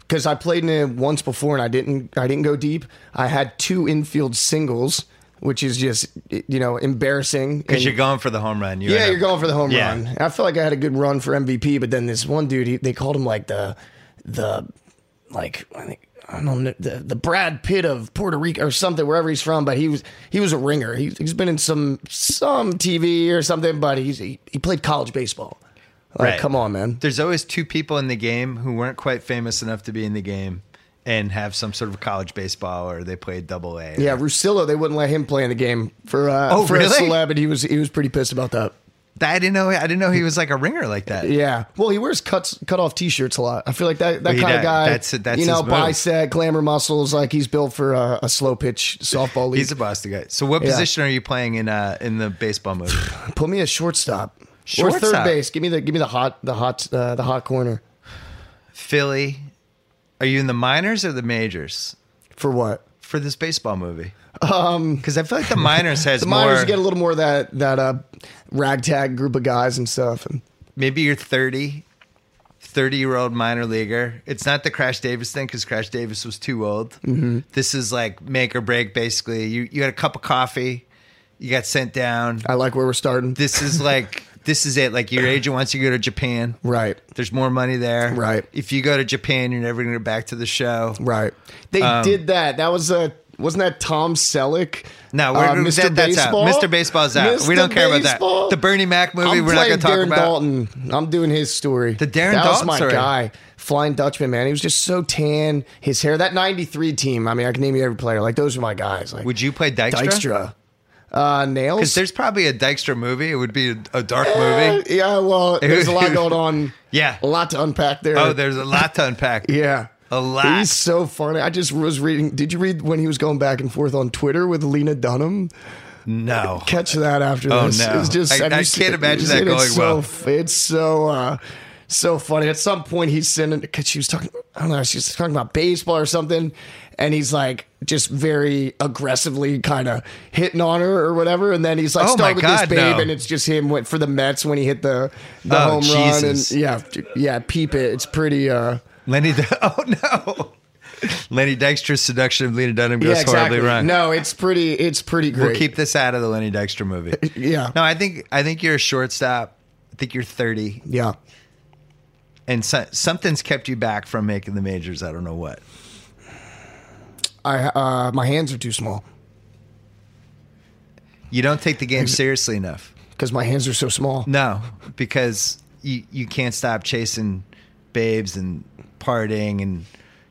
because I played in it once before and I didn't. I didn't go deep. I had two infield singles, which is just you know embarrassing. Because And- you're going for the home run. You Yeah, end you're up- going for the home Yeah. run. I feel like I had a good run for MVP, but then this one dude, he, they called him like the, the, like I think- I don't know the, the Brad Pitt of Puerto Rico or something, wherever he's from. But he was he was a ringer. He, he's been in some some TV or something, but he's he, he played college baseball. Like, Right. come on, man. There's always two people in the game who weren't quite famous enough to be in the game and have some sort of college baseball or they played double A. Yeah, Russillo, they wouldn't let him play in the game for uh, Oh, for a really? celeb, and he was he was pretty pissed about that. I didn't know I didn't know he was like a ringer like that. Yeah. Well, he wears cuts cut off t-shirts a lot. I feel like that that He kind does. of guy. That's- that's you know his move. bicep, glamour muscles. Like he's built for a, a slow pitch softball league. He's a Boston guy. So what Yeah. position are you playing in uh in the baseball movie? Put me a shortstop, or Shortstop? third base. Give me the give me the hot the hot uh, the hot corner Philly. Are you in the minors or the majors for what? for this baseball movie? Um because I feel like the minors has The minors more get a little more of that that uh, ragtag group of guys and stuff. And maybe you're 30 30 year old minor leaguer it's not the crash davis thing because crash Mm-hmm. davis was too old this is like make or break basically you, you had a cup of coffee You got sent down. I like where we're starting. This is like this is it. Like your agent wants you to go to Japan. right. There's more money there. Right. If you go to Japan, you're never going to go back to the show. Right. They Um, did that. That was a wasn't that Tom Selleck? No, we're, Uh, Mr. That, that's Baseball? out. Mr. Baseball's out. we Mr. don't care about Baseball? that. The Bernie Mac movie, I'm we're not playing going to talk Darren about. Dalton. I'm doing his story. The Darren that Dalton was my story. guy, Flying Dutchman. Man, he was just so tan. His hair. That '93 team. I mean, I can name you every player. Like those are my guys. Like Would you play Dykstra? Dykstra, uh, Because Nails. there's probably a Dykstra movie. It would be a, a dark Uh, movie. yeah, well, there's a lot going on. Yeah. a lot to unpack there. Oh, there's a lot to unpack. Yeah. A lot. He's so funny. I just was reading. Did you read when he was going back and forth on Twitter with Lena Dunham? No. Catch that after Oh, this. no. It's just I- have I you can't seen- imagine it's- that and going it's well. so, well. It's so uh, so funny. At some point, he's sending because she was talking. I don't know. She's talking about baseball or something, and he's like just very aggressively kind of hitting on her or whatever. And then he's like, Oh, my "Start with God, this, babe," no. and it's just him went for the Mets when he hit the the Oh, home Jesus. run. And yeah, yeah, peep it. It's pretty. uh Lenny, D- oh no. Lenny Dykstra's seduction of Lena Dunham goes horribly wrong. No, it's pretty. It's pretty great. We'll keep this out of the Lenny Dykstra movie. yeah, No, I think I think you're a shortstop. I think you're 30, yeah. and so, something's kept you back from making the majors. I don't know what. I uh, my hands are too small You don't take the game seriously enough. because my hands are so small. No, because you you can't stop chasing babes and partying, and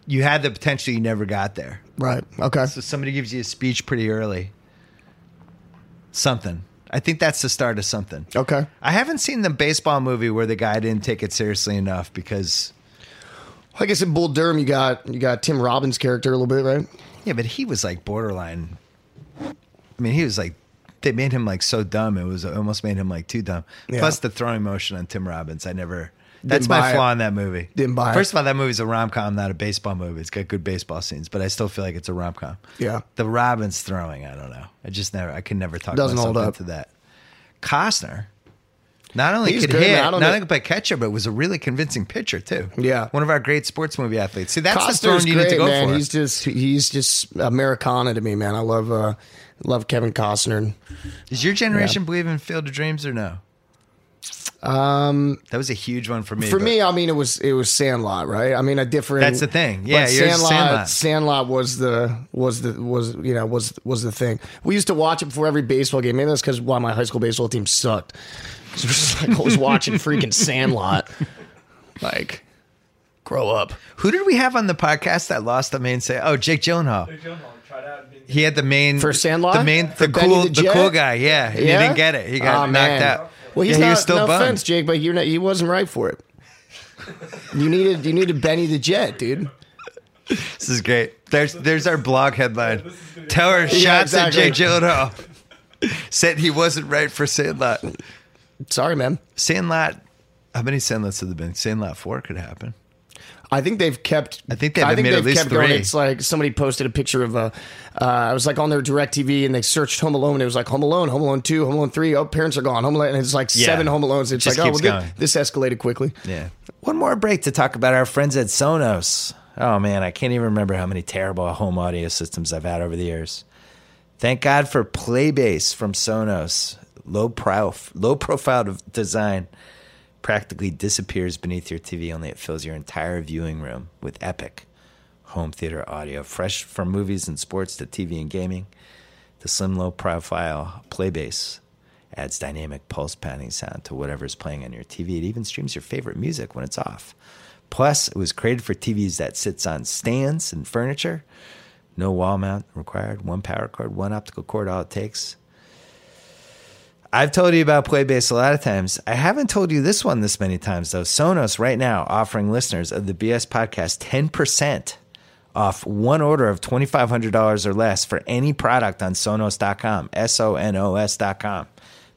you had the potential. You never got there. Right. Okay. So somebody gives you a speech pretty early. Something. I think that's the start of something. Okay. I haven't seen the baseball movie where the guy didn't take it seriously enough because I guess in Bull Durham, you got you got Tim Robbins' character a little bit, right? yeah, but he was like borderline. I mean, he was like they made him like so dumb. It was it almost made him like too dumb. Yeah. Plus the throwing motion on Tim Robbins. I never. That's Didn't my buy it. flaw in that movie. Didn't buy it. First of all, that movie's a rom com, not a baseball movie. It's got good baseball scenes, but I still feel like it's a rom com. Yeah. The Robbins throwing, I don't know. I just never. I can never talk Doesn't myself hold up. into that. Costner, not only He's could good, hit, man. I not don't know- only could play catcher, but was a really convincing pitcher too. Yeah. one of our great sports movie athletes. See, that's the Costner's throne you need to great, go man. for. He's just he's just Americana to me, man. I love uh love Kevin Costner. Does your generation believe in Field of Dreams or no? Um, that was a huge one for me. For but me, I mean, it was it was Sandlot, right? I mean, a different. That's the thing. Yeah, yours but is Sandlot. Sandlot, Sandlot. was the was the was you know was was the thing. We used to watch it before every baseball game. Maybe that's because why my high school baseball team sucked. Because we're just like always watching freaking Sandlot. Like, grow up. who did we have on the podcast that lost the main say? Oh, Jake Gyllenhaal. He had the main For Sandlot? the main For the Benny cool the the, Jet? cool guy. Yeah, and Yeah? he didn't get it. He got Aw, knocked man. out. Well, he's yeah, not, he was still no bummed. offense, Jake, but you're not, he wasn't right for it. You needed you needed Benny the Jet, dude. This is great. There's there's our blog headline. Tower shots exactly. at Jake Gyllenhaal. Said he wasn't right for Sandlot. Sorry, man. Sandlot. How many Sandlots have there been? Sandlot four could happen. I think they've kept. I think they've made at least going. three. It's like somebody posted a picture of a. Uh, I was like on their Directv and they searched Home Alone and it was like Home Alone, Home Alone Two, Home Alone Three. Oh, parents are gone. Home Alone. And it's like Yeah. seven Home Alones. It's Just like oh, keeps well, going. thi- this escalated quickly. Yeah. One more break to talk about our friends at Sonos. Oh man, I can't even remember how many terrible home audio systems I've had over the years. Thank God for Playbase from Sonos. Low prof, low profile de- design practically disappears beneath your TV, only it fills your entire viewing room with epic home theater audio, fresh from movies and sports to TV and gaming. The slim, low profile Playbase adds dynamic pulse pounding sound to whatever's playing on your TV. It even streams your favorite music when it's off. Plus, it was created for TVs that sits on stands and furniture. No wall mount required. One power cord, one optical cord, all it takes. I've told you about Playbase a lot of times. I haven't told you this one this many times, though. Sonos right now offering listeners of the BS podcast 10% off one order of $2,500 or less for any product on sonos.com, S O N O S.com.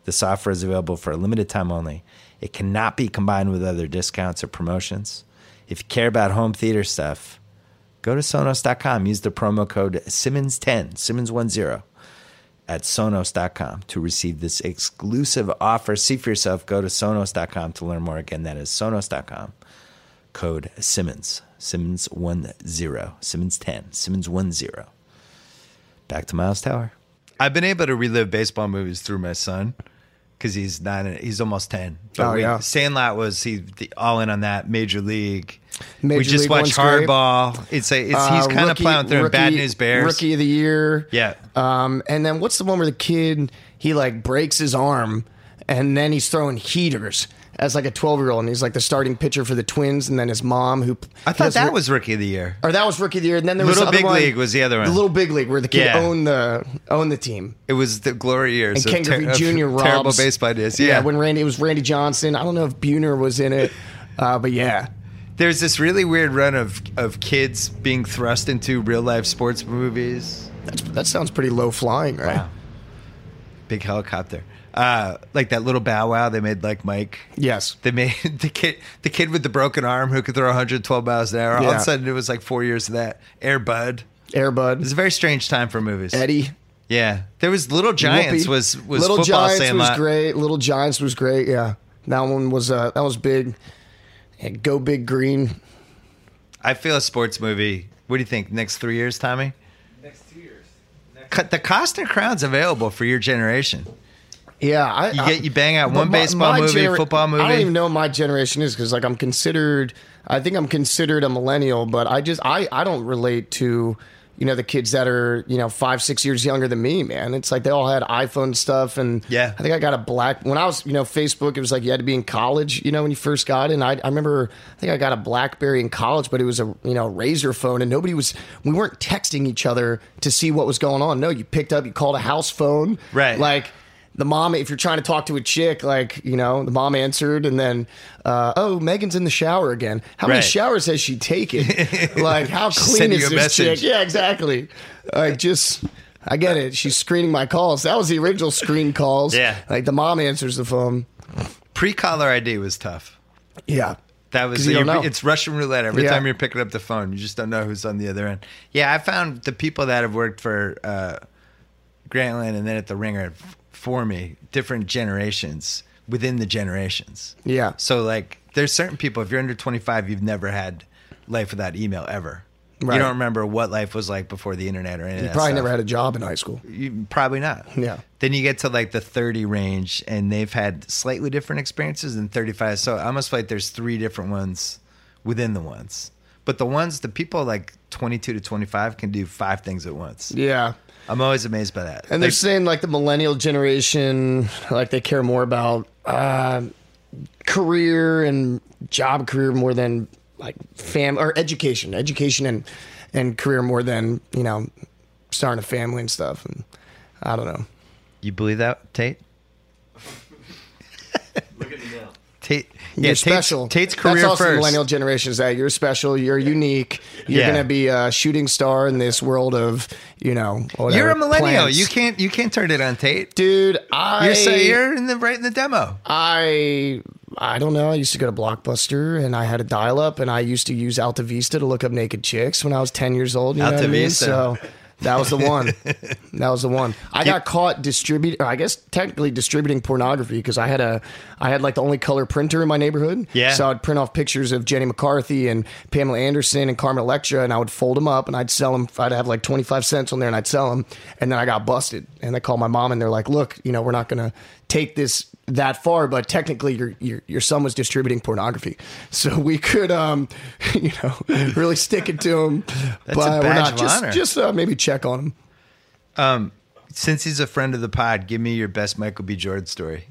The software is available for a limited time only. It cannot be combined with other discounts or promotions. If you care about home theater stuff, go to sonos.com. Use the promo code Simmons10, Simmons10 at sonos.com to receive this exclusive offer. See for yourself. Go to sonos.com to learn more. Again, that is sonos.com. Code Simmons, Simmons10, Simmons10, Simmons10. Back to Miles Tower. I've been able to relive baseball movies through my son because he's nine. and- He's almost ten. But Oh, we, yeah. Sandlot was he the, all in on that Major League. we Major just League watched one's great. Hardball. It's a it's, he's Uh, kind of rookie- plowing through rookie- Bad News Bears. Rookie of the year. Yeah. Um, and then what's the one where the kid he like breaks his arm and then he's throwing heaters as like a twelve year old and he's like the starting pitcher for the Twins and then his mom who I thought does that ri- was Rookie of the Year. or that was rookie of the year and then there was Little the other Big one- League was the other one. the little big league where the kid Yeah. owned the owned the team It was the glory years and Ken of, ter- Griffey of Jr. robs terrible baseball days. Yeah, when Randy it was Randy Johnson I don't know if Buhner was in it uh, but yeah there's this really weird run of of kids being thrust into real life sports movies. that's, that sounds pretty low flying right Big helicopter, uh, like that little Bow Wow they made, like Mike. yes They made the kid, the kid with the broken arm who could throw 112 miles an hour. All of Yeah. a sudden, it was like four years of that. Air Bud. It was Airbud a very strange time for movies. Eddie Yeah, there was Little Giants Whoopi. was was Little football Giants Sandlot. was great. Little Giants was great. Yeah, that one was uh, that was big. Yeah, go big green. I feel a sports movie. What do you think? Next three years, Tommy. Next two years. Next Cut- The Costner Crown's available for your generation. Yeah, I, You I- get you bang out Uh, but one my- baseball my movie, genera- football movie. I don't even know what my generation is because like I'm considered. I think I'm considered a millennial, but I just I I don't relate to. You know the kids that are you know five six years younger than me, man. It's like they all had iPhone stuff, and Yeah. I think I got a black when I was you know Facebook. It was like you had to be in college, you know, when you first got in. I, I remember I think I got a BlackBerry in college, but it was a you know razor phone, and nobody was we weren't texting each other to see what was going on. No, you picked up, you called a house phone, Right. Like like the mom if you're trying to talk to a chick like you know the mom answered and then uh, oh megan's in the shower again how many Right. showers has she taken like how clean sending is you a this message. chick yeah exactly like just i get it she's screening my calls that was the original screen calls Yeah. like the mom answers the phone Pre-caller ID was tough. yeah That was 'Cause you don't you're- know. it's Russian roulette. Every Yeah. time you're picking up the phone, you just don't know who's on the other end. Yeah, I found the people that have worked for uh, Grantland and then at the Ringer f- for me different generations within the generations. yeah So like, there's certain people. If you're under 25, you've never had life without email ever. Right. You don't remember what life was like before the internet or anything. you probably never had a job in high school You, probably not. Yeah. Then you get to like the 30 range and they've had slightly different experiences than 35. So I almost feel like there's three different ones within the ones. But the ones, the people like 22 to 25 can do five things at once. yeah I'm always amazed by that. And they're Like, saying like the millennial generation, like they care more about uh, career and job career more than like fam or education, education and and career more than you know starting a family and stuff. And I don't know. you believe that, Tate? Look at me now. Tate. Yeah, You're Tate's- special. Tate's career That's also the first. millennial generation is that you're special, you're unique, you're Yeah. gonna be a shooting star in this world of you know. Whatever, You're a millennial. plants. You can't. You can't turn it on Tate. dude. I You're so you're in the right in the demo. I I don't know. I used to go to Blockbuster and I had a dial up and I used to use Alta Vista to look up naked chicks when I was 10 years old. You know what I mean? Alta Vista. So that was the one. that was the one. I got caught distributing, I guess technically distributing pornography because I had a, I had like the only color printer in my neighborhood. Yeah. So I'd print off pictures of Jenny McCarthy and Pamela Anderson and Carmen Electra and I would fold them up and I'd sell them. I'd have like 25 cents on there and I'd sell them. And then I got busted and I called my mom and they're like, look, you know, we're not going to take this that far, but technically your, your, your son was distributing pornography. So we could, um, you know, really stick it to him. That's a badge of just, honor. just uh, maybe check on him. Since he's a friend of the pod, give me your best Michael B. Jordan story.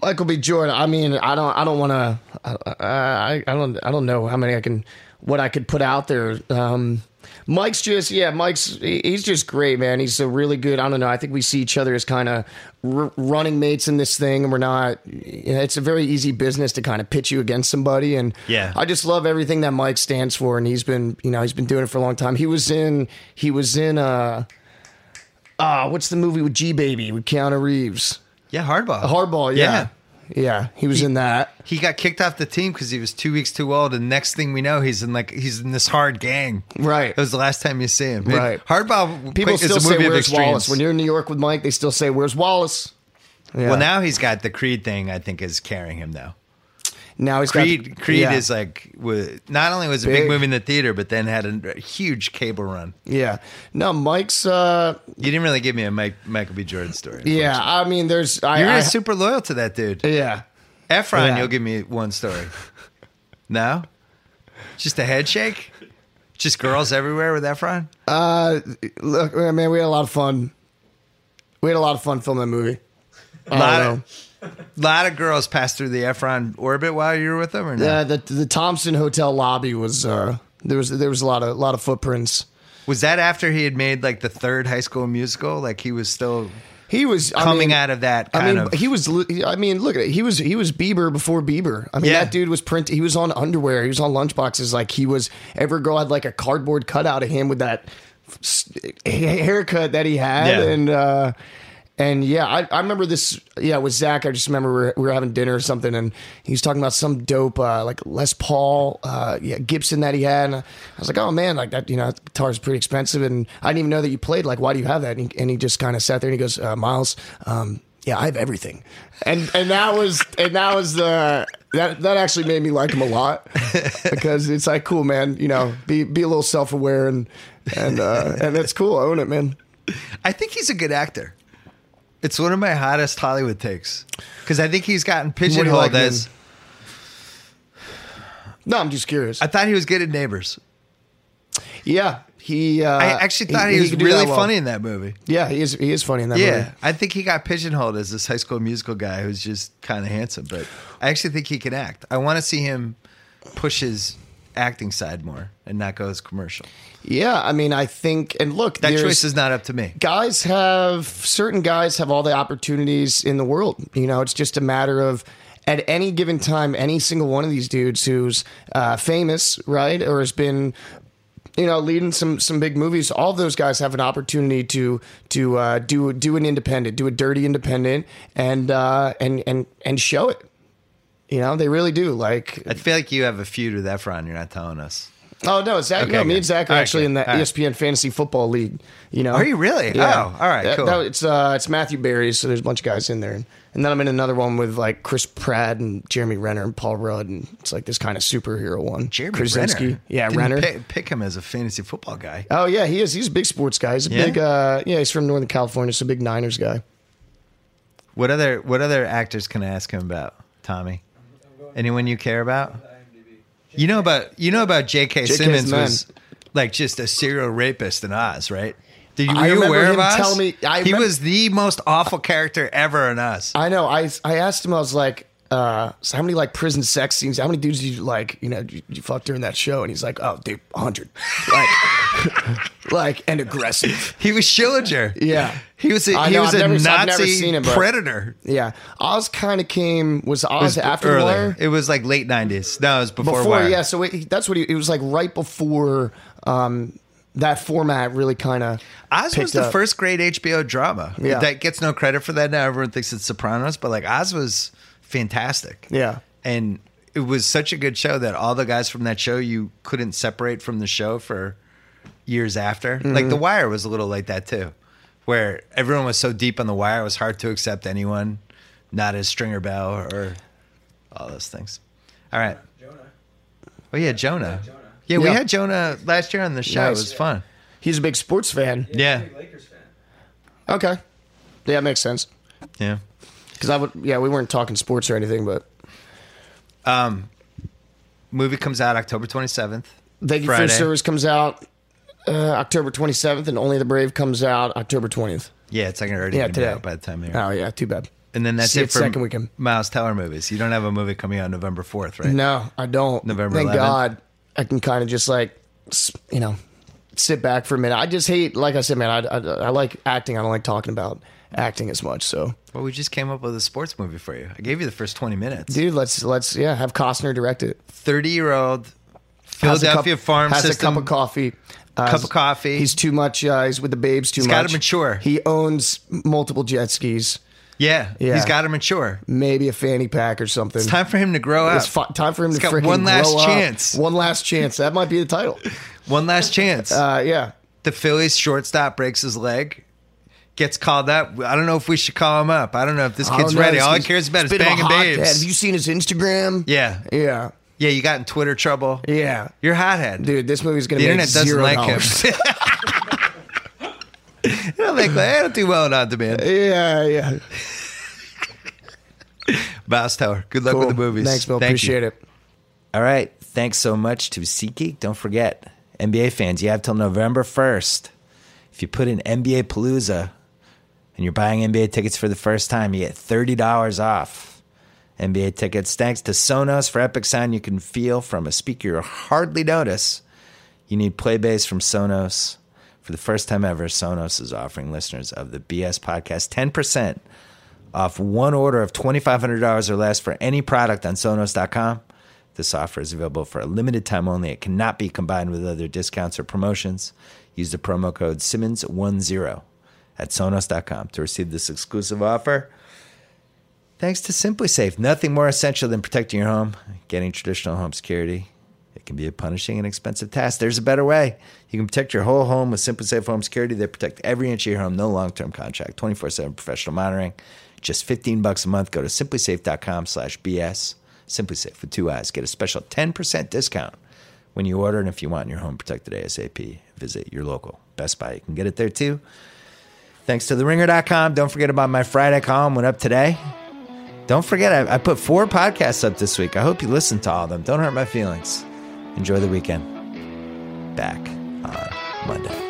Michael B. Jordan. I mean, I don't, I don't want to, I, I, I don't, I don't know how many I can, what I could put out there. Um, Mike's just, yeah, Mike's, he- he's just great, man. He's a really good. I don't know. I think we see each other as kind of r- running mates in this thing, and we're not. you know, It's a very easy business to kind of pitch you against somebody, and Yeah. I just love everything that Mike stands for, and he's been, you know, he's been doing it for a long time. He was in, he was in, uh, uh what's the movie with G Baby with Keanu Reeves? Yeah, hardball. Hardball, yeah. Yeah, he was in that. He got kicked off the team because he was two weeks too old, and next thing we know, he's in like he's in this hard gang. Right. That was the last time you see him. Right. Hardball. People quick, is still a say, movie of Where's extremes. Wallace? When you're in New York with Mike, they still say, Where's Wallace? Yeah. Well, now he's got the Creed thing. I think is carrying him though. Now he's got Creed, the- Creed yeah. is uh, like, wa- not only was a big, Big. movie in the theater, but then had a, a huge cable run. yeah. No, Mike's. uh You didn't really give me a Mike, Michael B. Jordan story. Yeah, I mean, there's. I, You're I, super loyal to that dude. yeah. Efron, Yeah. you'll give me one story. no? Just a head shake? Just girls everywhere with Efron? Uh, Look, man, we had a lot of fun. We had a lot of fun filming that movie. I Lot don't know. of- A lot of girls passed through the Efron orbit while you were with them, or no? Yeah, Uh, the the Thompson Hotel lobby was uh, there was there was a lot of lot of footprints. was that after he had made like the third high school musical? Like he was still He was I coming mean- out of that I kind mean, of. he was. li- I mean, look at it. He was. He was Bieber before Bieber. I mean, Yeah. that dude was print. He was on underwear. He was on lunchboxes. Like he was. Every girl had like a cardboard cutout of him with that s- ha- haircut that he had, Yeah. and uh, and yeah, I, I remember this. Yeah, with Zach, I just remember we were, we were having dinner or something, and he was talking about some dope uh, like Les Paul, uh, yeah, Gibson that he had, and I was like, oh man, like that. You know, that guitar's pretty expensive, and I didn't even know that you played. Like, why do you have that? And he, and he just kind of sat there and he goes, uh, Miles. Um, yeah, I have everything, and and that was and that was the that that actually made me like him a lot because it's like cool, man. You know, be be a little self aware and and uh, and that's cool. Own it, man. I think he's a good actor. It's one of my hottest Hollywood takes because I think he's gotten pigeonholed like, man? as. No, I'm just curious. I thought he was good at Neighbors. yeah, he. Uh, I actually thought he, was could do really that well. funny in that movie. Yeah, he is. He is funny in that Yeah, movie. I think he got pigeonholed as this high school musical guy who's just kind of handsome, but I actually think he can act. I want to see him push his acting side more and not go as commercial. Yeah, I mean, I think and look, That there's- choice is not up to me. guys have certain guys have all the opportunities in the world. You know, it's just a matter of at any given time, any single one of these dudes who's uh, famous, right, or has been. You know, leading some some big movies. All those guys have an opportunity to to uh, do do an independent, do a dirty independent, and uh, and and and show it. You know, they really do. Like, I feel like you have a feud with Efron. You're not telling us. oh no, Zach, Okay, no, me good. and Zach are All right, actually good. in the E All right. ESPN Fantasy Football League. You know, Are you really? Oh, all right, That- cool. that- it's uh, it's Matthew Berry, so there's a bunch of guys in there, and, and then I'm in another one with like Chris Pratt and Jeremy Renner and Paul Rudd, and it's like this kind of superhero one. Jeremy Krasinski, Renner. yeah, Didn't Renner. Pick, pick him as a fantasy football guy. Oh yeah, he is. He's a big sports guy. He's a Yeah? big. Uh, yeah, he's from Northern California, so big Niners guy. What other What other actors can I ask him about, Tommy? Anyone you care about? You know about You know about J.K. J.K.'s Simmons man. was like just a serial rapist in Oz, right? Did you, I were you remember aware of him Oz? tell me- I he remem- was the most awful character ever in Oz. I know. I I asked him. I was like, uh, so how many like prison sex scenes? How many dudes did you like? You know, you, you fucked during that show? And he's like, oh, dude, hundred. Like, like and aggressive. he was Schillinger. Yeah. he was. A, I he know, was I've a never- I've never Nazi seen him, but- predator. Yeah, Oz kind of came. Was Oz It was after early. Wire? It was like late nineties. No, it was before. before, Wire. yeah. So it, that's what he, it was like right before um, that format really kind of. Oz was picked the up. first great HBO drama. Yeah. That gets no credit for that now. Everyone thinks it's Sopranos, but like Oz was fantastic. Yeah. And it was such a good show that all the guys from that show you couldn't separate from the show for years after. Mm-hmm. Like The Wire was a little like that too, where everyone was so deep on The Wire, it was hard to accept anyone not as Stringer Bell or all those things. All right. Jonah. Oh, yeah, Jonah. Yeah, we Yeah. had Jonah last year on the show. Nice. It was fun. He's a big sports fan. Yeah. I'm a big Lakers fan. Okay. Yeah, it makes sense. Yeah. Because I would. Yeah, we weren't talking sports or anything, but Movie comes out October 27th. Thank You for Friday. Your Service comes out uh, October 27th, and Only the Brave comes out October 20th. Yeah, it's like already Yeah, gonna be today. out by the time here. Oh yeah, too bad. And then that's See it it for second weekend. Miles Teller movies. You don't have a movie coming out November 4th, right? No, I don't. November Thank 11th. God, I can kind of just like, s- you know, sit back for a minute. I just hate, like I said, man. I, I, I like acting. I don't like talking about acting as much. So, Well, we just came up with a sports movie for you. I gave you the first 20 minutes. dude, let's let's yeah, have Costner direct it. 30 year old Has a cup- Philadelphia farm has system. a cup of coffee. Uh, Cup of coffee. He's too much. Uh, he's with the babes too much. gotta mature. He owns multiple jet skis, yeah, Yeah. he's got to mature. maybe a fanny pack or something. It's time for him to grow up. It's fu- time for him He's to got freaking one last grow up. chance. One last chance. That might be the title. One last chance. Uh, yeah. the Phillies shortstop breaks his leg. gets called up. I don't know if we should call him up. I don't know if this I kid's don't know, ready. this All he kid's- cares about it's is a bit of a banging hothead. Have babes. you seen his Instagram? yeah, Yeah. yeah. You got in Twitter trouble. Yeah. You're a hothead. Dude, this movie's gonna the make internet doesn't zero like him. dollars. They don't like- they don't do well in on demand. Yeah, yeah. Boss Tower. Good luck with the movies. Thanks, Bill. Thank you. Appreciate it. All right. Thanks so much to SeatGeek. Don't forget, NBA fans, you have till November 1st. If you put in NBA Palooza and you're buying NBA tickets for the first time, you get $30 off NBA tickets. Thanks to Sonos for epic sound you can feel from a speaker you hardly notice. You need Playbase from Sonos. For the first time ever, Sonos is offering listeners of the BS podcast 10% off one order of $2,500 or less for any product on Sonos.com. This offer is available for a limited time only. It cannot be combined with other discounts or promotions. Use the promo code Simmons10 at Sonos.com to receive this exclusive offer. Thanks to Simply Safe, nothing more essential than protecting your home, getting traditional home security. It can be a punishing and expensive task. There's a better way. You can protect your whole home with Simply Safe Home Security. They protect every inch of your home, no long-term contract, 24/7 professional monitoring. Just 15 bucks a month. Go to simplysafe.com/bs. Simply Safe with two eyes. Get a special 10% discount when you order and if you want your home protected ASAP, visit your local Best Buy. You can get it there too. Thanks to theringer.com. Don't forget about my Friday column went up today. Don't forget, I, I put four podcasts up this week. I hope you listen to all of them. Don't hurt my feelings. Enjoy the weekend. Back on Monday.